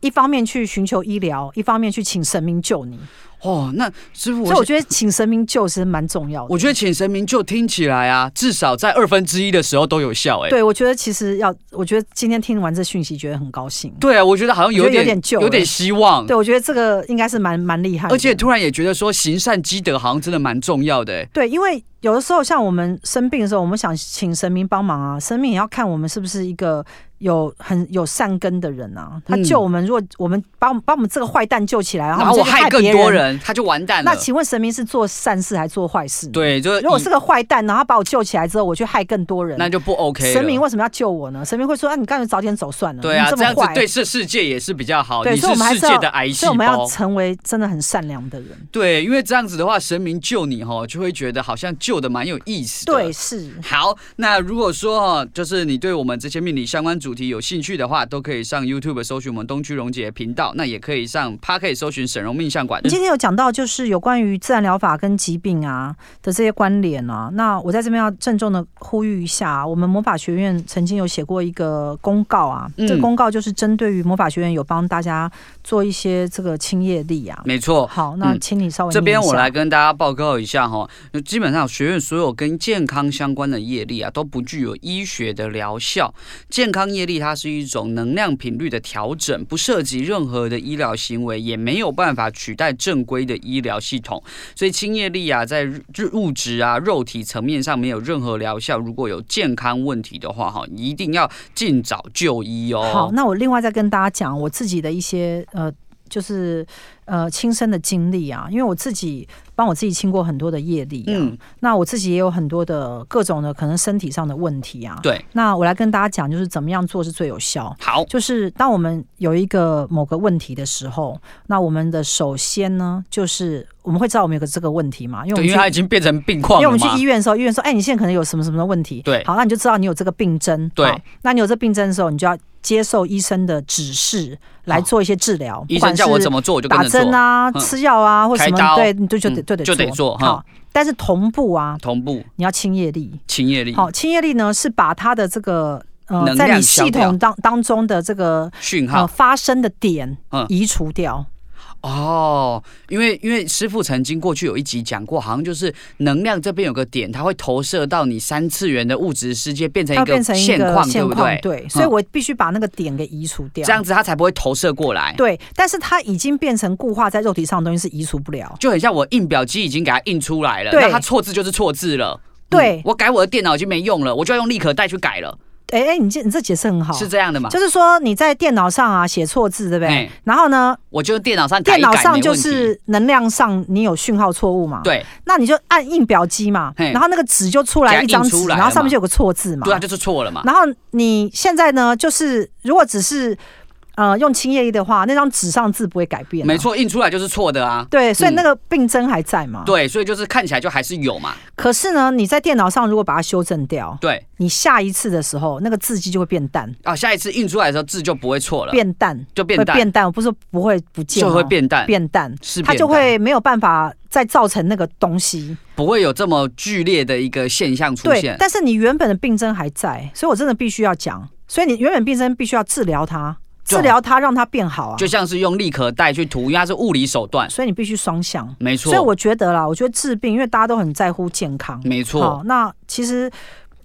[SPEAKER 2] 一方面去寻求医疗，一方面去请神明救你，
[SPEAKER 3] 哦，那师傅，
[SPEAKER 2] 所以我
[SPEAKER 3] 我觉
[SPEAKER 2] 觉得请神明救是蛮重要的。
[SPEAKER 3] 我觉得请神明就听起来啊，至少在二分之一的时候都有效、哎，
[SPEAKER 2] 对，我觉得其实要，我觉得今天听完这讯息，觉得很高兴。
[SPEAKER 3] 对啊，我觉得好像
[SPEAKER 2] 我
[SPEAKER 3] 有
[SPEAKER 2] 觉得
[SPEAKER 3] 点
[SPEAKER 2] 有点救了
[SPEAKER 3] 有点希望。
[SPEAKER 2] 对，我觉得这个应该是蛮蛮厉害的，
[SPEAKER 3] 而且突然也觉得说行善积德好像真的蛮重要的、哎
[SPEAKER 2] 对，因为有的时候像我们生病的时候，我们想请神明帮忙啊，神明也要看我们是不是一个有很有善根的人啊。他
[SPEAKER 3] 嗯
[SPEAKER 2] 救我们，如果我们把我们把我们这个坏蛋救起来，然后
[SPEAKER 3] 然后
[SPEAKER 2] 我
[SPEAKER 3] 我
[SPEAKER 2] 们再去
[SPEAKER 3] 害更
[SPEAKER 2] 别
[SPEAKER 3] 多人，他就完蛋了。
[SPEAKER 2] 那请问神明是做善事还是做坏事？，
[SPEAKER 3] 对，就是
[SPEAKER 2] 如果
[SPEAKER 3] 以
[SPEAKER 2] 是个坏蛋，然后他把我救起来之后，我去害更多人，
[SPEAKER 3] 那就不 OK 了。
[SPEAKER 2] 神明为什么要救我呢？神明会说：“啊，你干脆早点走算了。”
[SPEAKER 3] 对啊，
[SPEAKER 2] 你
[SPEAKER 3] 这
[SPEAKER 2] 么
[SPEAKER 3] 样子
[SPEAKER 2] 坏。
[SPEAKER 3] 对这世界也是比较好。
[SPEAKER 2] 对
[SPEAKER 3] 你
[SPEAKER 2] 所以我们还
[SPEAKER 3] 世
[SPEAKER 2] 是要
[SPEAKER 3] 界的癌细
[SPEAKER 2] 所以我们要
[SPEAKER 3] 胞。
[SPEAKER 2] 成为真的很善良的人。
[SPEAKER 3] 对，因为这样子的话，神明救你哈，就会觉得好像救的蛮有意思的。
[SPEAKER 2] 对，。是。
[SPEAKER 3] 好，那如果说哈，就是你对我们这些命理相关主题有兴趣的话，都可以上 YouTube 搜寻我们东区荣姐频道，那也可以上 p a r k 搜寻沈荣命相馆。
[SPEAKER 2] 呃今天有讲到就是有关于自然疗法跟疾病啊的这些关联啊，那我在这边要郑重的呼吁一下啊，我们魔法学院曾经有写过一个公告啊，
[SPEAKER 3] 嗯
[SPEAKER 2] 这个公告就是针对于魔法学院有帮大家做一些这个清业力啊。
[SPEAKER 3] 没错，
[SPEAKER 2] 好，那
[SPEAKER 3] 嗯
[SPEAKER 2] 请你稍微、
[SPEAKER 3] 这边我来，跟大家报告一下哈，那基本上学院所有跟健康相关的业力啊，都不具有医学的疗效。健康业力它是一种能量频率的调整，不涉及任何的医疗行为，也没有办法取代正规的医疗系统。所以清业力啊，在日物质啊、肉体层面上没有任何疗效。如果有健康问题的话，哈，一定要尽早就医哦。
[SPEAKER 2] 好，那我另外再跟大家讲我自己的一些呃，就是呃亲身的经历啊，因为我自己帮我自己清过很多的业力啊，
[SPEAKER 3] 嗯，
[SPEAKER 2] 那我自己也有很多的各种的可能身体上的问题啊，
[SPEAKER 3] 对，
[SPEAKER 2] 那我来跟大家讲，就是怎么样做是最有效。
[SPEAKER 3] 好，
[SPEAKER 2] 就是当我们有一个某个问题的时候，那我们的首先呢，就是我们会知道我们有个这个问题嘛，因为我
[SPEAKER 3] 对，
[SPEAKER 2] 们
[SPEAKER 3] 因为它已
[SPEAKER 2] 去
[SPEAKER 3] 经变成病况
[SPEAKER 2] 因为
[SPEAKER 3] 了
[SPEAKER 2] 我们去
[SPEAKER 3] 嘛
[SPEAKER 2] 医。院的时候，医院说，哎，你现在可能有什么什么的问题，
[SPEAKER 3] 对
[SPEAKER 2] 好，那你就知道你有这个病症，
[SPEAKER 3] 对
[SPEAKER 2] 好，那你有这病症的时候，你就要接受医生的指示来做一些治疗，
[SPEAKER 3] 医生叫我怎
[SPEAKER 2] 么
[SPEAKER 3] 么做，我就跟
[SPEAKER 2] 打
[SPEAKER 3] 着做。
[SPEAKER 2] 针啊、
[SPEAKER 3] 嗯
[SPEAKER 2] 吃药啊或什
[SPEAKER 3] 开
[SPEAKER 2] 么，
[SPEAKER 3] 刀
[SPEAKER 2] 对，你就就得
[SPEAKER 3] 嗯
[SPEAKER 2] 就得
[SPEAKER 3] 就得做哈
[SPEAKER 2] 好，但是同步啊，
[SPEAKER 3] 同步
[SPEAKER 2] 你要清业力，
[SPEAKER 3] 清业力，
[SPEAKER 2] 好，清业力呢是把它的这个呃，
[SPEAKER 3] 能量
[SPEAKER 2] 在你
[SPEAKER 3] 消
[SPEAKER 2] 系
[SPEAKER 3] 掉
[SPEAKER 2] 统当当中的这个
[SPEAKER 3] 讯
[SPEAKER 2] 呃
[SPEAKER 3] 号
[SPEAKER 2] 发生的点
[SPEAKER 3] 嗯
[SPEAKER 2] 移除掉。
[SPEAKER 3] 哦，因为因为师傅曾经过去有一集讲过，好像就是能量这边有个点，它会投射到你三次元的物质世界，变成
[SPEAKER 2] 它
[SPEAKER 3] 一
[SPEAKER 2] 变
[SPEAKER 3] 个
[SPEAKER 2] 成
[SPEAKER 3] 现
[SPEAKER 2] 个
[SPEAKER 3] 况，对
[SPEAKER 2] 现
[SPEAKER 3] 不
[SPEAKER 2] 况
[SPEAKER 3] 对，？嗯
[SPEAKER 2] 对，所以我必须把那个点给移除掉。
[SPEAKER 3] 这样子它才不会投射过来，
[SPEAKER 2] 对，但是它已经变成固化在肉体上的东西是移除不了。
[SPEAKER 3] 就很像我印表机已经给它印出来了，
[SPEAKER 2] 对
[SPEAKER 3] 那它错字就是错字了。
[SPEAKER 2] 对
[SPEAKER 3] 嗯我改我的电脑已经没用了，我就要用立可带去改了，
[SPEAKER 2] 哎哎，你这你这解释很好，
[SPEAKER 3] 是这样的嘛？
[SPEAKER 2] 就是说你在电脑上啊写错字，对不对
[SPEAKER 3] 哎？
[SPEAKER 2] 然后呢，
[SPEAKER 3] 我就用电脑上改
[SPEAKER 2] 电
[SPEAKER 3] 一
[SPEAKER 2] 脑
[SPEAKER 3] 改，
[SPEAKER 2] 上
[SPEAKER 3] 没
[SPEAKER 2] 就
[SPEAKER 3] 问题。
[SPEAKER 2] 是能量上你有讯号错误嘛？，
[SPEAKER 3] 对
[SPEAKER 2] 那你就按印表机嘛，
[SPEAKER 3] 嘿
[SPEAKER 2] 然后那个纸就出
[SPEAKER 3] 给
[SPEAKER 2] 来
[SPEAKER 3] 它
[SPEAKER 2] 一张
[SPEAKER 3] 印
[SPEAKER 2] 纸
[SPEAKER 3] 出，来
[SPEAKER 2] 然后上面
[SPEAKER 3] 了嘛
[SPEAKER 2] 就有个错字嘛。
[SPEAKER 3] 对啊，就是错了嘛。
[SPEAKER 2] 然后你现在呢，就是如果只是呃用清液液的话，那张纸上字不会改变、啊
[SPEAKER 3] 没，错，印出来就是错的啊。
[SPEAKER 2] 对，所以
[SPEAKER 3] 嗯
[SPEAKER 2] 那个病症还在嘛。。
[SPEAKER 3] 对，所以就是看起来就还是有嘛。
[SPEAKER 2] 可是呢，你在电脑上如果把它修正掉，
[SPEAKER 3] 对
[SPEAKER 2] 你下一次的时候，那个字迹就会变淡，
[SPEAKER 3] 啊，下一次印出来的时候字就不会错了，
[SPEAKER 2] 变淡，
[SPEAKER 3] 就变
[SPEAKER 2] 会
[SPEAKER 3] 淡，
[SPEAKER 2] 变淡。我不是说不会不见哦，
[SPEAKER 3] 就会变淡，
[SPEAKER 2] 变淡，
[SPEAKER 3] 是
[SPEAKER 2] 它
[SPEAKER 3] 变
[SPEAKER 2] 就
[SPEAKER 3] 淡
[SPEAKER 2] 会没有办法再造成那个东西。
[SPEAKER 3] 不会有这么剧烈的一个现象出
[SPEAKER 2] 对
[SPEAKER 3] 现，。
[SPEAKER 2] 但是你原本的病症还在，所以我真的必须要讲。所以你原本病症必须要治疗它，
[SPEAKER 3] 对
[SPEAKER 2] 治疗它让它变好啊
[SPEAKER 3] 就。像是用立可带去涂，因为它是物理手段，
[SPEAKER 2] 所以你必须双向。
[SPEAKER 3] 没错。
[SPEAKER 2] 所以我觉得啦，我觉得治病，因为大家都很在乎健康。
[SPEAKER 3] 没
[SPEAKER 2] 好
[SPEAKER 3] 错，，
[SPEAKER 2] 那其实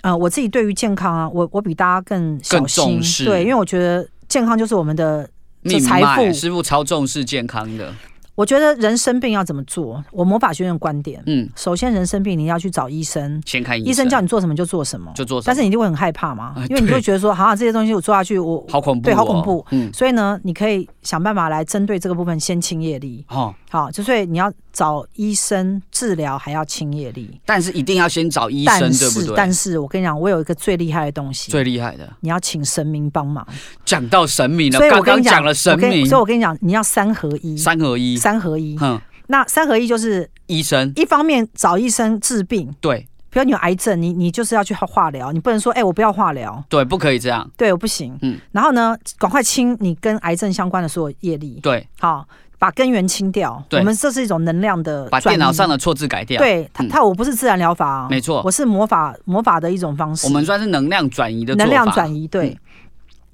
[SPEAKER 2] 呃，我自己对于健康啊，我我比大家更小
[SPEAKER 3] 更
[SPEAKER 2] 心，
[SPEAKER 3] 重视
[SPEAKER 2] 对，因为我觉得健康就是我们的。这
[SPEAKER 3] 命
[SPEAKER 2] 财
[SPEAKER 3] 脉
[SPEAKER 2] 富
[SPEAKER 3] 师傅超重视健康的，
[SPEAKER 2] 我觉得人生病要怎么做？我魔法学院的观点，
[SPEAKER 3] 嗯，
[SPEAKER 2] 首先人生病你要去找医生，
[SPEAKER 3] 先看医生，
[SPEAKER 2] 医生叫你做什么就做什么，
[SPEAKER 3] 就做什么，
[SPEAKER 2] 但是你一定会很害怕嘛
[SPEAKER 3] 哎，
[SPEAKER 2] 因为你就
[SPEAKER 3] 对
[SPEAKER 2] 会觉得说，好像这些东西我做下去，我
[SPEAKER 3] 好恐怖、哦，
[SPEAKER 2] 对好恐怖，
[SPEAKER 3] 嗯，
[SPEAKER 2] 所以呢，你可以想办法来针对这个部分先清业力，
[SPEAKER 3] 哦，
[SPEAKER 2] 好，就所以你要找医生治疗，还要清业力。
[SPEAKER 3] 但是一定要先找医
[SPEAKER 2] 但
[SPEAKER 3] 生，
[SPEAKER 2] 是
[SPEAKER 3] 对不对？
[SPEAKER 2] 但是我跟你讲，我有一个最厉害的东西，
[SPEAKER 3] 最厉害的，
[SPEAKER 2] 你要请神明帮忙。
[SPEAKER 3] 讲到神明了，
[SPEAKER 2] 所以我
[SPEAKER 3] 刚
[SPEAKER 2] 跟
[SPEAKER 3] 刚
[SPEAKER 2] 你
[SPEAKER 3] 讲了
[SPEAKER 2] 我
[SPEAKER 3] 神
[SPEAKER 2] 跟
[SPEAKER 3] 明
[SPEAKER 2] 所，以我跟你讲，你要三合一，
[SPEAKER 3] 三合一，
[SPEAKER 2] 三合一。
[SPEAKER 3] 哼，
[SPEAKER 2] 那三合一就是
[SPEAKER 3] 医生，
[SPEAKER 2] 一方面找医生治病，
[SPEAKER 3] 对
[SPEAKER 2] 比如你有癌症，你你就是要去化疗，你不能说哎、我不要化疗，
[SPEAKER 3] 对，不可以这样，
[SPEAKER 2] 对我不行。
[SPEAKER 3] 嗯
[SPEAKER 2] 然后呢，赶快清你跟癌症相关的所有业力，
[SPEAKER 3] 对，
[SPEAKER 2] 好，把根源清掉。
[SPEAKER 3] 对
[SPEAKER 2] 我们这是一种能量的
[SPEAKER 3] 把
[SPEAKER 2] 转
[SPEAKER 3] 电脑
[SPEAKER 2] 移
[SPEAKER 3] 上的错字改掉，，
[SPEAKER 2] 对它
[SPEAKER 3] 嗯
[SPEAKER 2] 它我不是自然疗法、啊，
[SPEAKER 3] 没错
[SPEAKER 2] 我是魔法魔法的一种方式，
[SPEAKER 3] 我们算是能量转移的做法，
[SPEAKER 2] 能量转移对。
[SPEAKER 3] 嗯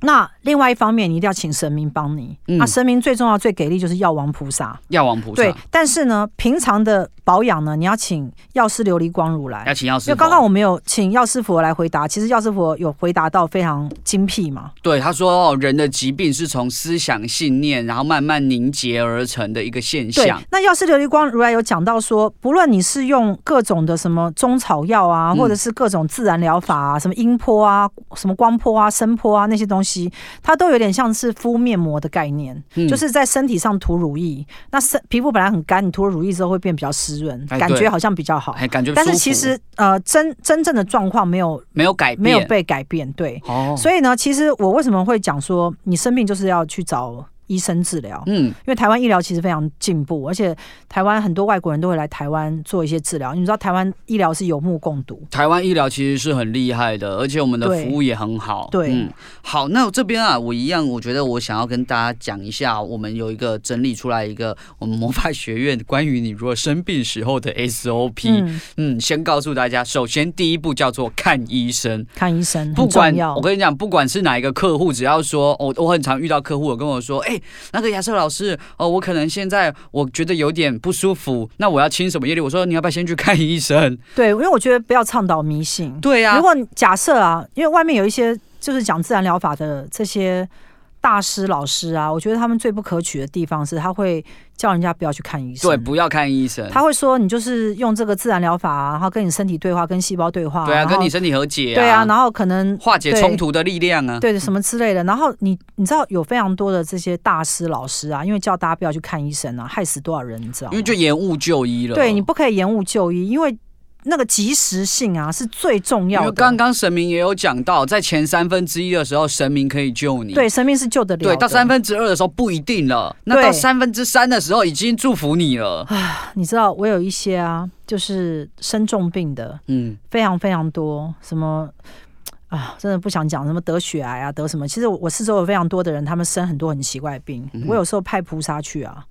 [SPEAKER 2] 那另外一方面，你一定要请神明帮你。那、
[SPEAKER 3] 嗯
[SPEAKER 2] 神明最重要、最给力就是药王菩萨。
[SPEAKER 3] 药王菩萨，
[SPEAKER 2] 对，但是呢，平常的保养呢，你要请药师琉璃光如来
[SPEAKER 3] 要。请药
[SPEAKER 2] 因
[SPEAKER 3] 师
[SPEAKER 2] 为
[SPEAKER 3] 佛，
[SPEAKER 2] 刚刚我们有请药师佛来回答，其实药师佛有回答到非常精辟嘛。
[SPEAKER 3] 对他说哦，人的疾病是从思想信念，然后慢慢凝结而成的一个现
[SPEAKER 2] 对
[SPEAKER 3] 象，，
[SPEAKER 2] 那药师琉璃光如来有讲到说，不论你是用各种的什么中草药啊，
[SPEAKER 3] 嗯
[SPEAKER 2] 或者是各种自然疗法啊，什么音波啊、什么光波啊、声波啊那些东西，它都有点像是敷面膜的概念，
[SPEAKER 3] 嗯
[SPEAKER 2] 就是在身体上涂乳液。那身皮肤本来很干，你涂了乳液之后会变比较湿润，
[SPEAKER 3] 哎
[SPEAKER 2] 感
[SPEAKER 3] 对
[SPEAKER 2] 觉好像比较好。
[SPEAKER 3] 还感觉
[SPEAKER 2] 但
[SPEAKER 3] 舒
[SPEAKER 2] 是
[SPEAKER 3] 服
[SPEAKER 2] 其实呃，真真正的状况没有
[SPEAKER 3] 没有改变，
[SPEAKER 2] 没有被改变，对。
[SPEAKER 3] 哦，
[SPEAKER 2] 所以呢，其实我为什么会讲说，你生病就是要去找医生治疗，
[SPEAKER 3] 嗯，
[SPEAKER 2] 因为台湾医疗其实非常进步，而且台湾很多外国人都会来台湾做一些治疗。你知道台湾医疗是有目共睹，
[SPEAKER 3] 台湾医疗其实是很厉害的，而且我们的
[SPEAKER 2] 对
[SPEAKER 3] 服务也很好。
[SPEAKER 2] 对
[SPEAKER 3] 嗯，好，那这边啊，我一样，我觉得我想要跟大家讲一下，我们有一个整理出来一个我们魔 法学院关于你如果生病时候的 SOP。
[SPEAKER 2] 嗯，
[SPEAKER 3] 嗯先告诉大家，首先第一步叫做看医生。
[SPEAKER 2] 看医生
[SPEAKER 3] 不
[SPEAKER 2] 很
[SPEAKER 3] 管
[SPEAKER 2] 重要
[SPEAKER 3] 我。跟你讲，不管是哪一个客户，只要说，我、我很常遇到客户，我跟我说，哎、那个亚瑟老师，哦，我可能现在我觉得有点不舒服，那我要清什么业力？我说你要不要先去看医生？
[SPEAKER 2] 对，因为我觉得不要倡导迷 信。
[SPEAKER 3] 对呀、
[SPEAKER 2] 如果你假设啊，因为外面有一些就是讲自然疗法的这些大师老师啊，我觉得他们最不可取的地方是，他会叫人家不要去看医生。
[SPEAKER 3] 对，不要看医生。
[SPEAKER 2] 他会说你就是用这个自然疗法、啊，然后跟你身体对话，跟细胞对话，
[SPEAKER 3] 对啊，
[SPEAKER 2] 然后
[SPEAKER 3] 跟你身体和解啊，
[SPEAKER 2] 对啊，然后可能
[SPEAKER 3] 化解
[SPEAKER 2] 对
[SPEAKER 3] 冲突的力量 啊，
[SPEAKER 2] 对什么之类的。然后你你知道有非常多的这些大师老师啊，因为叫大家不要去看医生啊，害死多少人，你知道吗？
[SPEAKER 3] 因为就延误就医了。
[SPEAKER 2] 对你不可以延误就医，因为那个及时性啊是最重
[SPEAKER 3] 因
[SPEAKER 2] 要
[SPEAKER 3] 为
[SPEAKER 2] 的。
[SPEAKER 3] 刚刚神明也有讲到，在前三分之一的时候，神明可以救你。
[SPEAKER 2] 对生命是救得了的。
[SPEAKER 3] 对，到三分之二的时候不一定了，那
[SPEAKER 2] 对啊
[SPEAKER 3] 到三分之三的时候已经祝福你了。
[SPEAKER 2] 你知道我有一些啊，就是生重病的，
[SPEAKER 3] 嗯，
[SPEAKER 2] 非常非常多，什么啊，真的不想讲什么得血癌啊，得什么。其实我我四周有非常多的人，他们生很多很奇怪的病，
[SPEAKER 3] 嗯
[SPEAKER 2] 我有时候派菩萨去啊。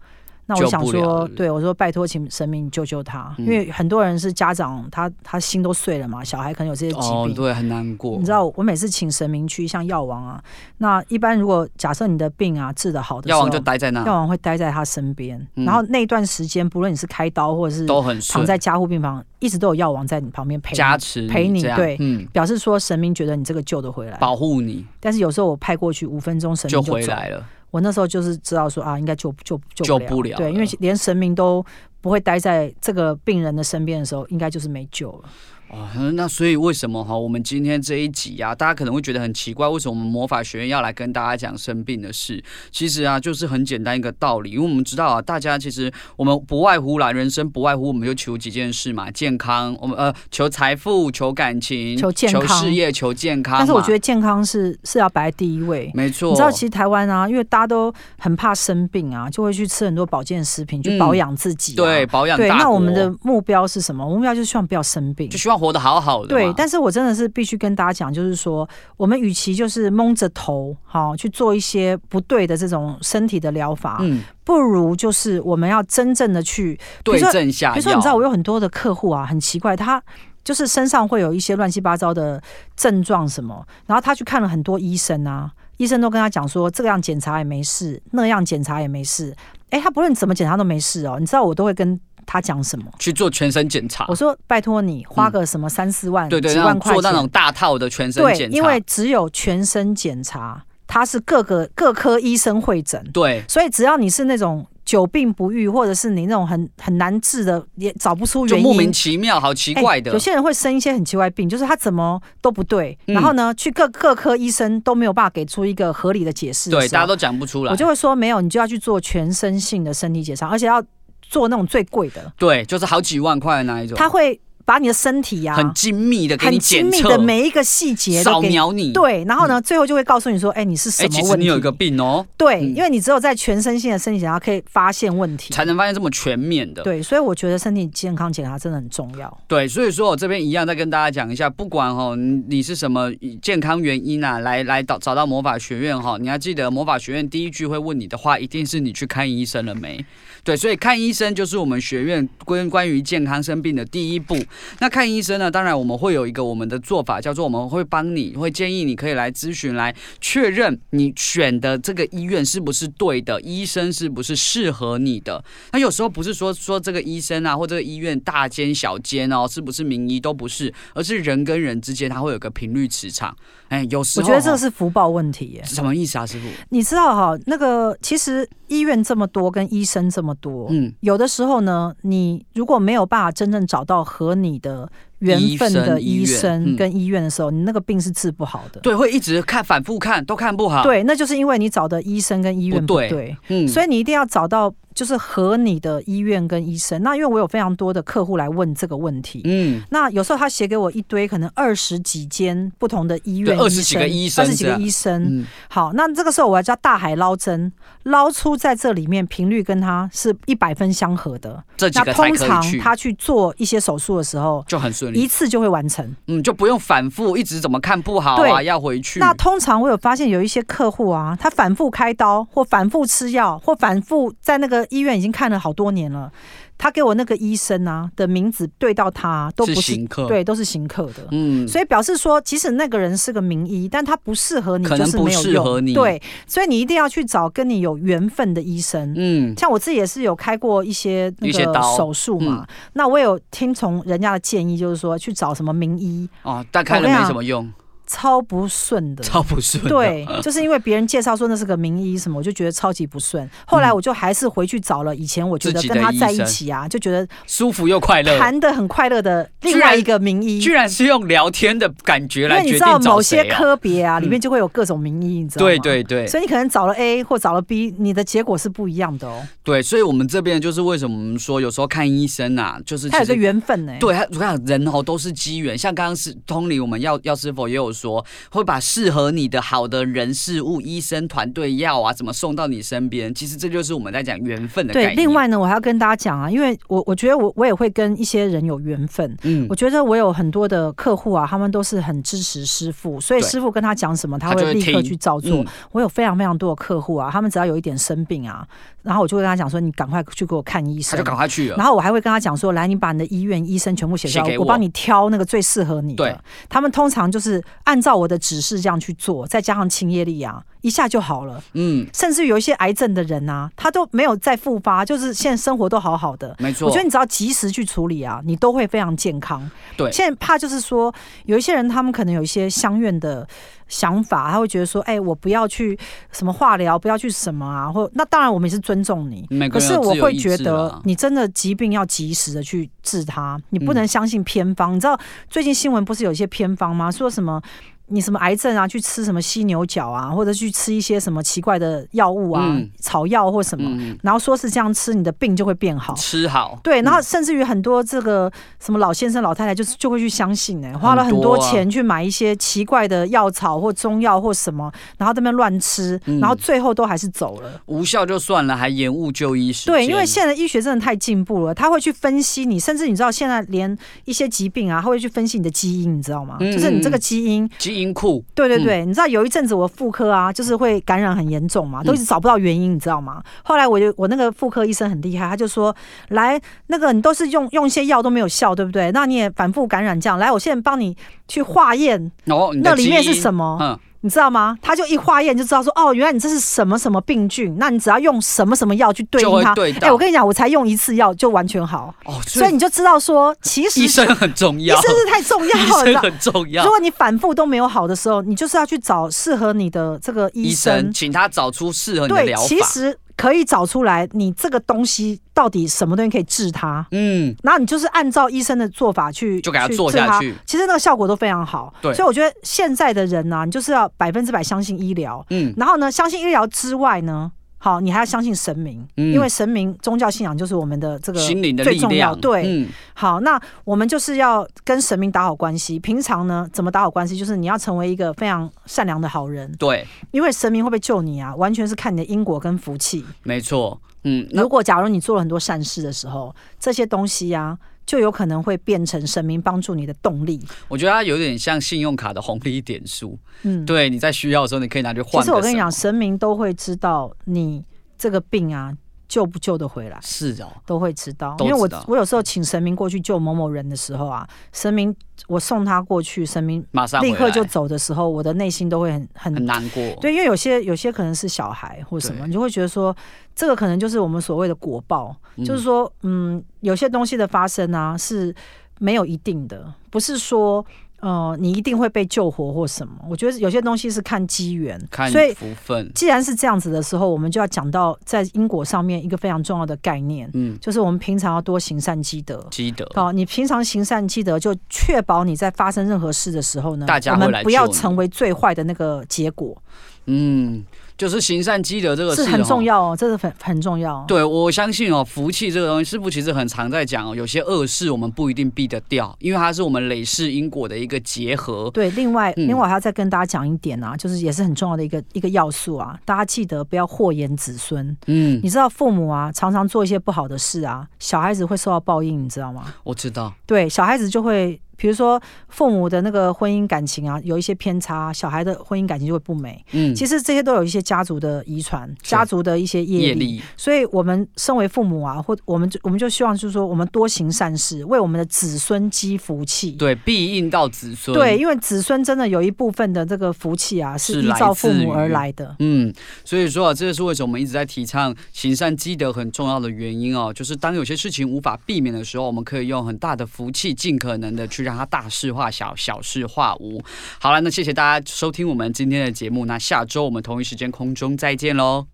[SPEAKER 2] 那
[SPEAKER 3] 救
[SPEAKER 2] 我
[SPEAKER 3] 不
[SPEAKER 2] 想
[SPEAKER 3] 了
[SPEAKER 2] 说
[SPEAKER 3] 了，
[SPEAKER 2] 对我说，拜托，请神明救救他，
[SPEAKER 3] 嗯
[SPEAKER 2] 因为很多人是家长，他他心都碎了嘛，小孩可能有这些疾
[SPEAKER 3] 哦，
[SPEAKER 2] 病。
[SPEAKER 3] 对，很难过。
[SPEAKER 2] 你知道，我每次请神明去，像药王啊，那一般如果假设你的病啊治得好的时
[SPEAKER 3] 药
[SPEAKER 2] 候，
[SPEAKER 3] 王就待在那
[SPEAKER 2] 药，王会待在他身边，
[SPEAKER 3] 嗯
[SPEAKER 2] 然后那段时间，不论你是开刀或者是
[SPEAKER 3] 都很
[SPEAKER 2] 躺
[SPEAKER 3] 顺，
[SPEAKER 2] 在加护病房，一直都有药王在你旁边陪你
[SPEAKER 3] 加持
[SPEAKER 2] 陪你
[SPEAKER 3] 这样
[SPEAKER 2] 对
[SPEAKER 3] 嗯，
[SPEAKER 2] 表示说神明觉得你这个救得回来，
[SPEAKER 3] 保护你
[SPEAKER 2] 但是有时候我派过去五分钟，神
[SPEAKER 3] 就
[SPEAKER 2] 明
[SPEAKER 3] 回
[SPEAKER 2] 走
[SPEAKER 3] 来了。
[SPEAKER 2] 我那时候就是知道说啊，应该救救
[SPEAKER 3] 救
[SPEAKER 2] 不
[SPEAKER 3] 不了
[SPEAKER 2] 对，因为
[SPEAKER 3] 了
[SPEAKER 2] 连神明都不会待在这个病人的身边的时候，应该就是没救了。
[SPEAKER 3] 哦，那所以为什么哈？我们今天这一集啊，大家可能会觉得很奇怪，为什么我们魔法学院要来跟大家讲生病的事？其实啊，就是很简单一个道理，因为我们知道啊，大家其实我们不外乎啦，人生不外乎我们就求几件事嘛：健康，我们呃求财富、求感情、
[SPEAKER 2] 求健康
[SPEAKER 3] 事业、求健康嘛。
[SPEAKER 2] 但是我觉得健康是是要摆在第一位。
[SPEAKER 3] 没错，
[SPEAKER 2] 你知道，其实台湾啊，因为大家都很怕生病啊，就会去吃很多保健食品去保养自己、啊
[SPEAKER 3] 嗯对保养
[SPEAKER 2] 对，
[SPEAKER 3] 大
[SPEAKER 2] 那我
[SPEAKER 3] 国
[SPEAKER 2] 们的目标是什么？我们目标就是希望不要生病
[SPEAKER 3] 就。希望活得好好的嘛。
[SPEAKER 2] 对，但是我真的是必须跟大家讲，就是说，我们与其就是蒙着头，好、去做一些不对的这种身体的疗法，
[SPEAKER 3] 嗯，
[SPEAKER 2] 不如就是我们要真正的去，比如
[SPEAKER 3] 对
[SPEAKER 2] 说
[SPEAKER 3] 症下药。
[SPEAKER 2] 比如说，你知道我有很多的客户啊，很奇怪，他就是身上会有一些乱七八糟的症状什么，然后他去看了很多医生啊，医生都跟他讲说这样检查也没事，那样检查也没事，哎，他不论怎么检查都没事哦。你知道我都会跟他讲什么？
[SPEAKER 3] 去做全身检查
[SPEAKER 2] 我，说拜托你花个什么三四万、
[SPEAKER 3] 啊嗯对对，
[SPEAKER 2] 几
[SPEAKER 3] 那
[SPEAKER 2] 万
[SPEAKER 3] 种
[SPEAKER 2] 块
[SPEAKER 3] 做那
[SPEAKER 2] 钱
[SPEAKER 3] 种，大套的全身
[SPEAKER 2] 对，
[SPEAKER 3] 检查，
[SPEAKER 2] 因为只有全身检查，它是各个各科医生会诊，
[SPEAKER 3] 对。
[SPEAKER 2] 所以只要你是那种久病不愈，或者是你那种很很难治的，也找不出
[SPEAKER 3] 就
[SPEAKER 2] 原因，
[SPEAKER 3] 莫名其妙，好奇怪的。
[SPEAKER 2] 欸有些人会生一些很奇怪的病，就是他怎么都不对，
[SPEAKER 3] 嗯
[SPEAKER 2] 然后呢，去各各科医生都没有办法给出一个合理的解释的
[SPEAKER 3] 对，
[SPEAKER 2] 时候
[SPEAKER 3] 大家都讲不出来。
[SPEAKER 2] 我就会说没有，你就要去做全身性的身体检查，而且要做那种最贵的，
[SPEAKER 3] 对，就是好几万块的那一种，
[SPEAKER 2] 他会把你的身体呀、
[SPEAKER 3] 很精密的给你
[SPEAKER 2] 很精
[SPEAKER 3] 检
[SPEAKER 2] 密
[SPEAKER 3] 测，
[SPEAKER 2] 的每一个细节
[SPEAKER 3] 扫
[SPEAKER 2] 都给你。
[SPEAKER 3] 描你。，
[SPEAKER 2] 对，然后呢，最后就会告诉你说，哎、你是什
[SPEAKER 3] 嗯哎，
[SPEAKER 2] 么
[SPEAKER 3] 其实
[SPEAKER 2] 问题？
[SPEAKER 3] 你有一个病哦，
[SPEAKER 2] 对，
[SPEAKER 3] 嗯
[SPEAKER 2] 因为你只有在全身性的身体检查可以发现问题。
[SPEAKER 3] 才能发现这么全面的。
[SPEAKER 2] 对，所以我觉得身体健康检查真的很重要。
[SPEAKER 3] 对，所以说我这边一样再跟大家讲一下，不管哦你你是什么健康原因啊，来来找找到魔法学院哈、你要记得魔法学院第一句会问你的话，一定是你去看医生了没？对，所以看医生就是我们学院关关于健康生病的第一步。那看医生呢，当然我们会有一个我们的做法，叫做我们会帮你会建议你可以来咨询，来确认你选的这个医院是不是对的，医生是不是适合你的。那有时候不是说说这个医生啊，或这个医院大间小间哦，是不是名医都不是，而是人跟人之间，它会有个频率磁场。哎，有时
[SPEAKER 2] 我
[SPEAKER 3] 候
[SPEAKER 2] 觉得这个
[SPEAKER 3] 哦
[SPEAKER 2] 是福报问题耶。
[SPEAKER 3] 什么意思啊，师傅？
[SPEAKER 2] 你知道哈，那个其实医院这么多，跟医生这么多，
[SPEAKER 3] 嗯，
[SPEAKER 2] 有的时候呢，你如果没有办法真正找到和你的缘分的
[SPEAKER 3] 医
[SPEAKER 2] 医
[SPEAKER 3] 生医院嗯
[SPEAKER 2] 生跟医院的时候，你那个病是治不好的。
[SPEAKER 3] 对，会一直看反复看，都看不好。，
[SPEAKER 2] 对，那就是因为你找的医生跟医院
[SPEAKER 3] 不
[SPEAKER 2] 不
[SPEAKER 3] 对
[SPEAKER 2] 对，
[SPEAKER 3] 嗯
[SPEAKER 2] 所
[SPEAKER 3] 以
[SPEAKER 2] 以你一定要找到就是和你的医院跟医生。那因为我有非常多的客户来问这个问题。
[SPEAKER 3] 嗯，
[SPEAKER 2] 那有时候他写给我一堆可能二十几间不同的医院，
[SPEAKER 3] 对20几个医生
[SPEAKER 2] 二十几
[SPEAKER 3] 这
[SPEAKER 2] 个
[SPEAKER 3] 样
[SPEAKER 2] 医生，
[SPEAKER 3] 嗯
[SPEAKER 2] 好，那这个时候我要叫大海捞针，捞出在这里面频率跟它是一百分相合的。
[SPEAKER 3] 这几
[SPEAKER 2] 那
[SPEAKER 3] 个才
[SPEAKER 2] 通
[SPEAKER 3] 可
[SPEAKER 2] 常
[SPEAKER 3] 以去，
[SPEAKER 2] 他去嗯做一些手术的时候，
[SPEAKER 3] 就很顺
[SPEAKER 2] 一
[SPEAKER 3] 利，
[SPEAKER 2] 次就会完成。
[SPEAKER 3] 嗯，就不用反复一直怎么看不好啊，
[SPEAKER 2] 对
[SPEAKER 3] 要回去。
[SPEAKER 2] 那通常我有发现有一些客户啊，他反复开刀，或反复吃药，或反复在那个医院已经看了好多年了，他给我那个医生啊的名字对到他啊都
[SPEAKER 3] 是
[SPEAKER 2] 不是，
[SPEAKER 3] 行客，，
[SPEAKER 2] 对，都是行客的。
[SPEAKER 3] 嗯，
[SPEAKER 2] 所以表示说，即使那个人是个名医，但他不适合你，
[SPEAKER 3] 可
[SPEAKER 2] 就
[SPEAKER 3] 能
[SPEAKER 2] 是没有
[SPEAKER 3] 不适合
[SPEAKER 2] 用。
[SPEAKER 3] 你
[SPEAKER 2] 对，所以你一定要去找跟你有缘分的医生。
[SPEAKER 3] 嗯，
[SPEAKER 2] 像我自己也是有开过一些那
[SPEAKER 3] 一些
[SPEAKER 2] 个
[SPEAKER 3] 刀嗯
[SPEAKER 2] 手术嘛，那我有听从人家的建议，就是说去找什么名医，
[SPEAKER 3] 哦，但看了没什么用，
[SPEAKER 2] 超不顺的。
[SPEAKER 3] 超不顺啊的。
[SPEAKER 2] 对，就是因为别人介绍说那是个名医什么，我就觉得超级不顺。后来
[SPEAKER 3] 嗯
[SPEAKER 2] 我就还是回去找了以前我觉
[SPEAKER 3] 自
[SPEAKER 2] 得
[SPEAKER 3] 己
[SPEAKER 2] 跟
[SPEAKER 3] 的
[SPEAKER 2] 他
[SPEAKER 3] 医
[SPEAKER 2] 在一
[SPEAKER 3] 生
[SPEAKER 2] 起啊，就觉得
[SPEAKER 3] 舒服又快乐。
[SPEAKER 2] 谈的很快乐的
[SPEAKER 3] 居
[SPEAKER 2] 另
[SPEAKER 3] 然
[SPEAKER 2] 外一个名医，
[SPEAKER 3] 居然是用聊天的感觉
[SPEAKER 2] 因
[SPEAKER 3] 来
[SPEAKER 2] 为你
[SPEAKER 3] 决
[SPEAKER 2] 知道
[SPEAKER 3] 定找
[SPEAKER 2] 某些
[SPEAKER 3] 谁啊？
[SPEAKER 2] 科别啊，里面
[SPEAKER 3] 嗯
[SPEAKER 2] 就会有各种名医，你知道吗？
[SPEAKER 3] 对对对
[SPEAKER 2] 所以你可能找了 A 或找了 B，你的结果是不一样的哦。
[SPEAKER 3] 对，所以我们这边就是为什么我们说有时候看医生啊，就是
[SPEAKER 2] 它有
[SPEAKER 3] 其
[SPEAKER 2] 个
[SPEAKER 3] 实
[SPEAKER 2] 缘分呢、，
[SPEAKER 3] 对，他我看人哦都是机缘，像刚刚是通灵，我们药药师傅也有说，会把适合你的好的人事物、医生团队药啊，怎么送到你身边？其实这就是我们在讲缘分的概
[SPEAKER 2] 对。
[SPEAKER 3] 念。
[SPEAKER 2] 另，外呢，我还要跟大家讲啊，因为我我觉得我我也会跟一些人有缘分。
[SPEAKER 3] 嗯
[SPEAKER 2] 我，觉得我有很多的客户啊，他们都是很支持师傅，所以
[SPEAKER 3] 对
[SPEAKER 2] 师傅跟他讲什么，他
[SPEAKER 3] 他就
[SPEAKER 2] 会
[SPEAKER 3] 会
[SPEAKER 2] 立刻
[SPEAKER 3] 听
[SPEAKER 2] 去照做。
[SPEAKER 3] 嗯
[SPEAKER 2] 我有非常非常多的客户啊，他们只要有一点生病啊，然后我就会跟他讲说，你赶快去给我看医
[SPEAKER 3] 他
[SPEAKER 2] 生
[SPEAKER 3] 就。赶快去了。
[SPEAKER 2] 然后我还会跟他讲说，来，你把你的医院医生全部写出
[SPEAKER 3] 写给
[SPEAKER 2] 来，
[SPEAKER 3] 我
[SPEAKER 2] 我帮你挑那个最适合你
[SPEAKER 3] 对
[SPEAKER 2] 的。他们通常就是按照我的指示这样去做，再加上清业力啊，一下就好了。
[SPEAKER 3] 嗯，
[SPEAKER 2] 甚至有一些癌症的人啊，他都没有再复发，就是现在生活都好好的。
[SPEAKER 3] 没错，
[SPEAKER 2] 我觉得你只要及时去处理啊，你都会非常健康。
[SPEAKER 3] 对
[SPEAKER 2] 现在怕就是说，有一些人他们可能有一些相怨的想法，他会觉得说，哎、我不要去什么化疗，不要去什么啊，或那当然我们也是尊重你，
[SPEAKER 3] 每个
[SPEAKER 2] 可
[SPEAKER 3] 人
[SPEAKER 2] 是
[SPEAKER 3] 有
[SPEAKER 2] 我
[SPEAKER 3] 自由
[SPEAKER 2] 会
[SPEAKER 3] 意
[SPEAKER 2] 觉
[SPEAKER 3] 志啊
[SPEAKER 2] 得
[SPEAKER 3] 啦，
[SPEAKER 2] 你真的疾病要及时的去治它，你不能
[SPEAKER 3] 嗯
[SPEAKER 2] 相信偏方。你知道最近新闻不是有一些偏方吗？说什么你什么癌症啊，去吃什么犀牛角啊，或者去吃一些什么奇怪的药物啊、
[SPEAKER 3] 嗯
[SPEAKER 2] 草药或什么，
[SPEAKER 3] 嗯，
[SPEAKER 2] 然后说是这样吃你的病就会变好。
[SPEAKER 3] 吃好，
[SPEAKER 2] 对，然后
[SPEAKER 3] 嗯
[SPEAKER 2] 甚至于很多这个什么老先生、老太太，就是就会去相信呢、花了很
[SPEAKER 3] 多
[SPEAKER 2] 多
[SPEAKER 3] 啊
[SPEAKER 2] 钱去买一些奇怪的药草或中药或什么，然后在那边乱吃，
[SPEAKER 3] 嗯
[SPEAKER 2] 然后最后都还是走了。
[SPEAKER 3] 无效就算了，还延误就医时间。
[SPEAKER 2] 对，因为现在的医学真的太进步了，他会去分析你，甚至你知道现在连一些疾病啊，他会去分析你的基因，你知道吗？
[SPEAKER 3] 嗯
[SPEAKER 2] 就是你这个基因，
[SPEAKER 3] 基因库，
[SPEAKER 2] 对对对，你知道有一阵子我妇科啊，就是会感染很严重嘛，
[SPEAKER 3] 嗯
[SPEAKER 2] 都一直找不到原因，你知道吗？后来我就我那个妇科医生很厉害，他就说，来，那个你都是用用一些药都没有效，对不对？那你也反复感染这样，来，我现在帮你去化验
[SPEAKER 3] 然后
[SPEAKER 2] 那里面是什
[SPEAKER 3] 么？
[SPEAKER 2] 么。
[SPEAKER 3] 嗯，
[SPEAKER 2] 你知道吗？他就一化验就知道说，哦，原来你这是什么什么病菌，那你只要用什么什么药去对
[SPEAKER 3] 就
[SPEAKER 2] 应
[SPEAKER 3] 会
[SPEAKER 2] 它。
[SPEAKER 3] 对
[SPEAKER 2] 哎、
[SPEAKER 3] 到。
[SPEAKER 2] 我跟你讲，我才用一次药就完全好，
[SPEAKER 3] 哦，
[SPEAKER 2] 所以你就知道说，其实
[SPEAKER 3] 医生很重
[SPEAKER 2] 医
[SPEAKER 3] 要，
[SPEAKER 2] 生是太重要了。你
[SPEAKER 3] 医
[SPEAKER 2] 知道
[SPEAKER 3] 生很重
[SPEAKER 2] 如
[SPEAKER 3] 要。
[SPEAKER 2] 果你反复都没有好的时候，你就是要去找适合你的这个医
[SPEAKER 3] 医
[SPEAKER 2] 生
[SPEAKER 3] 生，。请他找出适合你的
[SPEAKER 2] 对
[SPEAKER 3] 疗，法。
[SPEAKER 2] 其实可以找出来你这个东西到底什么东西可以治它，
[SPEAKER 3] 嗯，
[SPEAKER 2] 然后你就是按照医生的做法去
[SPEAKER 3] 就给他
[SPEAKER 2] 去
[SPEAKER 3] 做
[SPEAKER 2] 治
[SPEAKER 3] 下
[SPEAKER 2] 它
[SPEAKER 3] 去。
[SPEAKER 2] 其实那个效果都非常好。
[SPEAKER 3] 对
[SPEAKER 2] 所以我觉得现在的人啊呢、你就是要百分之百相信医疗。
[SPEAKER 3] 嗯
[SPEAKER 2] 然后呢，相信医疗之外呢，好，你还要相信神明，
[SPEAKER 3] 嗯
[SPEAKER 2] 因为神明宗教信仰就是我们的这个
[SPEAKER 3] 心灵的
[SPEAKER 2] 最
[SPEAKER 3] 力
[SPEAKER 2] 重要。
[SPEAKER 3] 量，
[SPEAKER 2] 对，
[SPEAKER 3] 嗯，
[SPEAKER 2] 好，那我们就是要跟神明打好关系。平常呢，怎么打好关系？就是你要成为一个非常善良的好人，
[SPEAKER 3] 对，
[SPEAKER 2] 因为神明会不会救你啊，完全是看你的因果跟福气。
[SPEAKER 3] 没错，嗯，那
[SPEAKER 2] 如果假如你做了很多善事的时候，这些东西呀、就有可能会变成神明帮助你的动力。
[SPEAKER 3] 我觉得它有点像信用卡的红利点数，
[SPEAKER 2] 嗯，。
[SPEAKER 3] 对，你在需要的时候你可以拿去
[SPEAKER 2] 其
[SPEAKER 3] 换。
[SPEAKER 2] 实我跟你讲，，神明都会知道你这个病啊救不救得回来。
[SPEAKER 3] 是哦，
[SPEAKER 2] 都会知道，
[SPEAKER 3] 都
[SPEAKER 2] 因为
[SPEAKER 3] 知道
[SPEAKER 2] 我我有时候请神明过去救某某人的时候啊，神明我送他过去，神明
[SPEAKER 3] 马上
[SPEAKER 2] 立
[SPEAKER 3] 回
[SPEAKER 2] 刻
[SPEAKER 3] 来
[SPEAKER 2] 就走的时候，我的内心都会很
[SPEAKER 3] 很
[SPEAKER 2] 很
[SPEAKER 3] 难过，
[SPEAKER 2] 对，因为有些有些可能是小孩或什么，
[SPEAKER 3] 对
[SPEAKER 2] 你就会觉得说，这个可能就是我们所谓的果报，
[SPEAKER 3] 嗯
[SPEAKER 2] 就是说，嗯，有些东西的发生啊是没有一定的，不是说。呃，你一定会被救活或什么？我觉得有些东西是看机缘，
[SPEAKER 3] 看
[SPEAKER 2] 所以
[SPEAKER 3] 福分，
[SPEAKER 2] 既然是这样子的时候，我们就要讲到在因果上面一个非常重要的概念，
[SPEAKER 3] 嗯，
[SPEAKER 2] 就是我们平常要多行善积德。
[SPEAKER 3] 积德，
[SPEAKER 2] 哦，你平常行善积德，就确保你在发生任何事的时候呢，
[SPEAKER 3] 大家
[SPEAKER 2] 我
[SPEAKER 3] 会
[SPEAKER 2] 们
[SPEAKER 3] 来
[SPEAKER 2] 不要
[SPEAKER 3] 救你
[SPEAKER 2] 成为最坏的那个结果，
[SPEAKER 3] 嗯，就是行善积德这个
[SPEAKER 2] 是
[SPEAKER 3] 事
[SPEAKER 2] 很
[SPEAKER 3] 哦
[SPEAKER 2] 重要哦，这是很很重要哦。
[SPEAKER 3] 对，我相信哦，福气这个东西，师傅其实很常在讲哦，有些恶事我们不一定避得掉，因为它是我们累世因果的一个结合。
[SPEAKER 2] 对，另外，
[SPEAKER 3] 嗯
[SPEAKER 2] 另外我还要再跟大家讲一点啊，就是也是很重要的一个一个要素啊，大家记得不要祸延子孙。
[SPEAKER 3] 嗯，
[SPEAKER 2] 你知道父母啊，常常做一些不好的事啊，小孩子会受到报应，你知道吗？
[SPEAKER 3] 我知道，
[SPEAKER 2] 对，小孩子就会，比如说父母的那个婚姻感情啊，有一些偏差，小孩的婚姻感情就会不美。
[SPEAKER 3] 嗯，
[SPEAKER 2] 其实这些都有一些家族的遗传，
[SPEAKER 3] 是
[SPEAKER 2] 家族的一些业
[SPEAKER 3] 业
[SPEAKER 2] 力。
[SPEAKER 3] 力，
[SPEAKER 2] 所以，我们身为父母啊，或我们就我们就希望就是说，我们多行善事，为我们的子孙积福气。
[SPEAKER 3] 对，必应到子孙。
[SPEAKER 2] 对，，因为子孙真的有一部分的这个福气啊，是
[SPEAKER 3] 是
[SPEAKER 2] 依
[SPEAKER 3] 来
[SPEAKER 2] 照父
[SPEAKER 3] 自
[SPEAKER 2] 母而
[SPEAKER 3] 于
[SPEAKER 2] 来的。
[SPEAKER 3] 嗯，所以说啊，这就是为什么我们一直在提倡行善积德很重要的原因哦，就是当有些事情无法避免的时候，我们可以用很大的福气，尽可能的去让它大事化小，小事化无。好了，那谢谢大家收听我们今天的节目，那下周我们同一时间空中再见喽。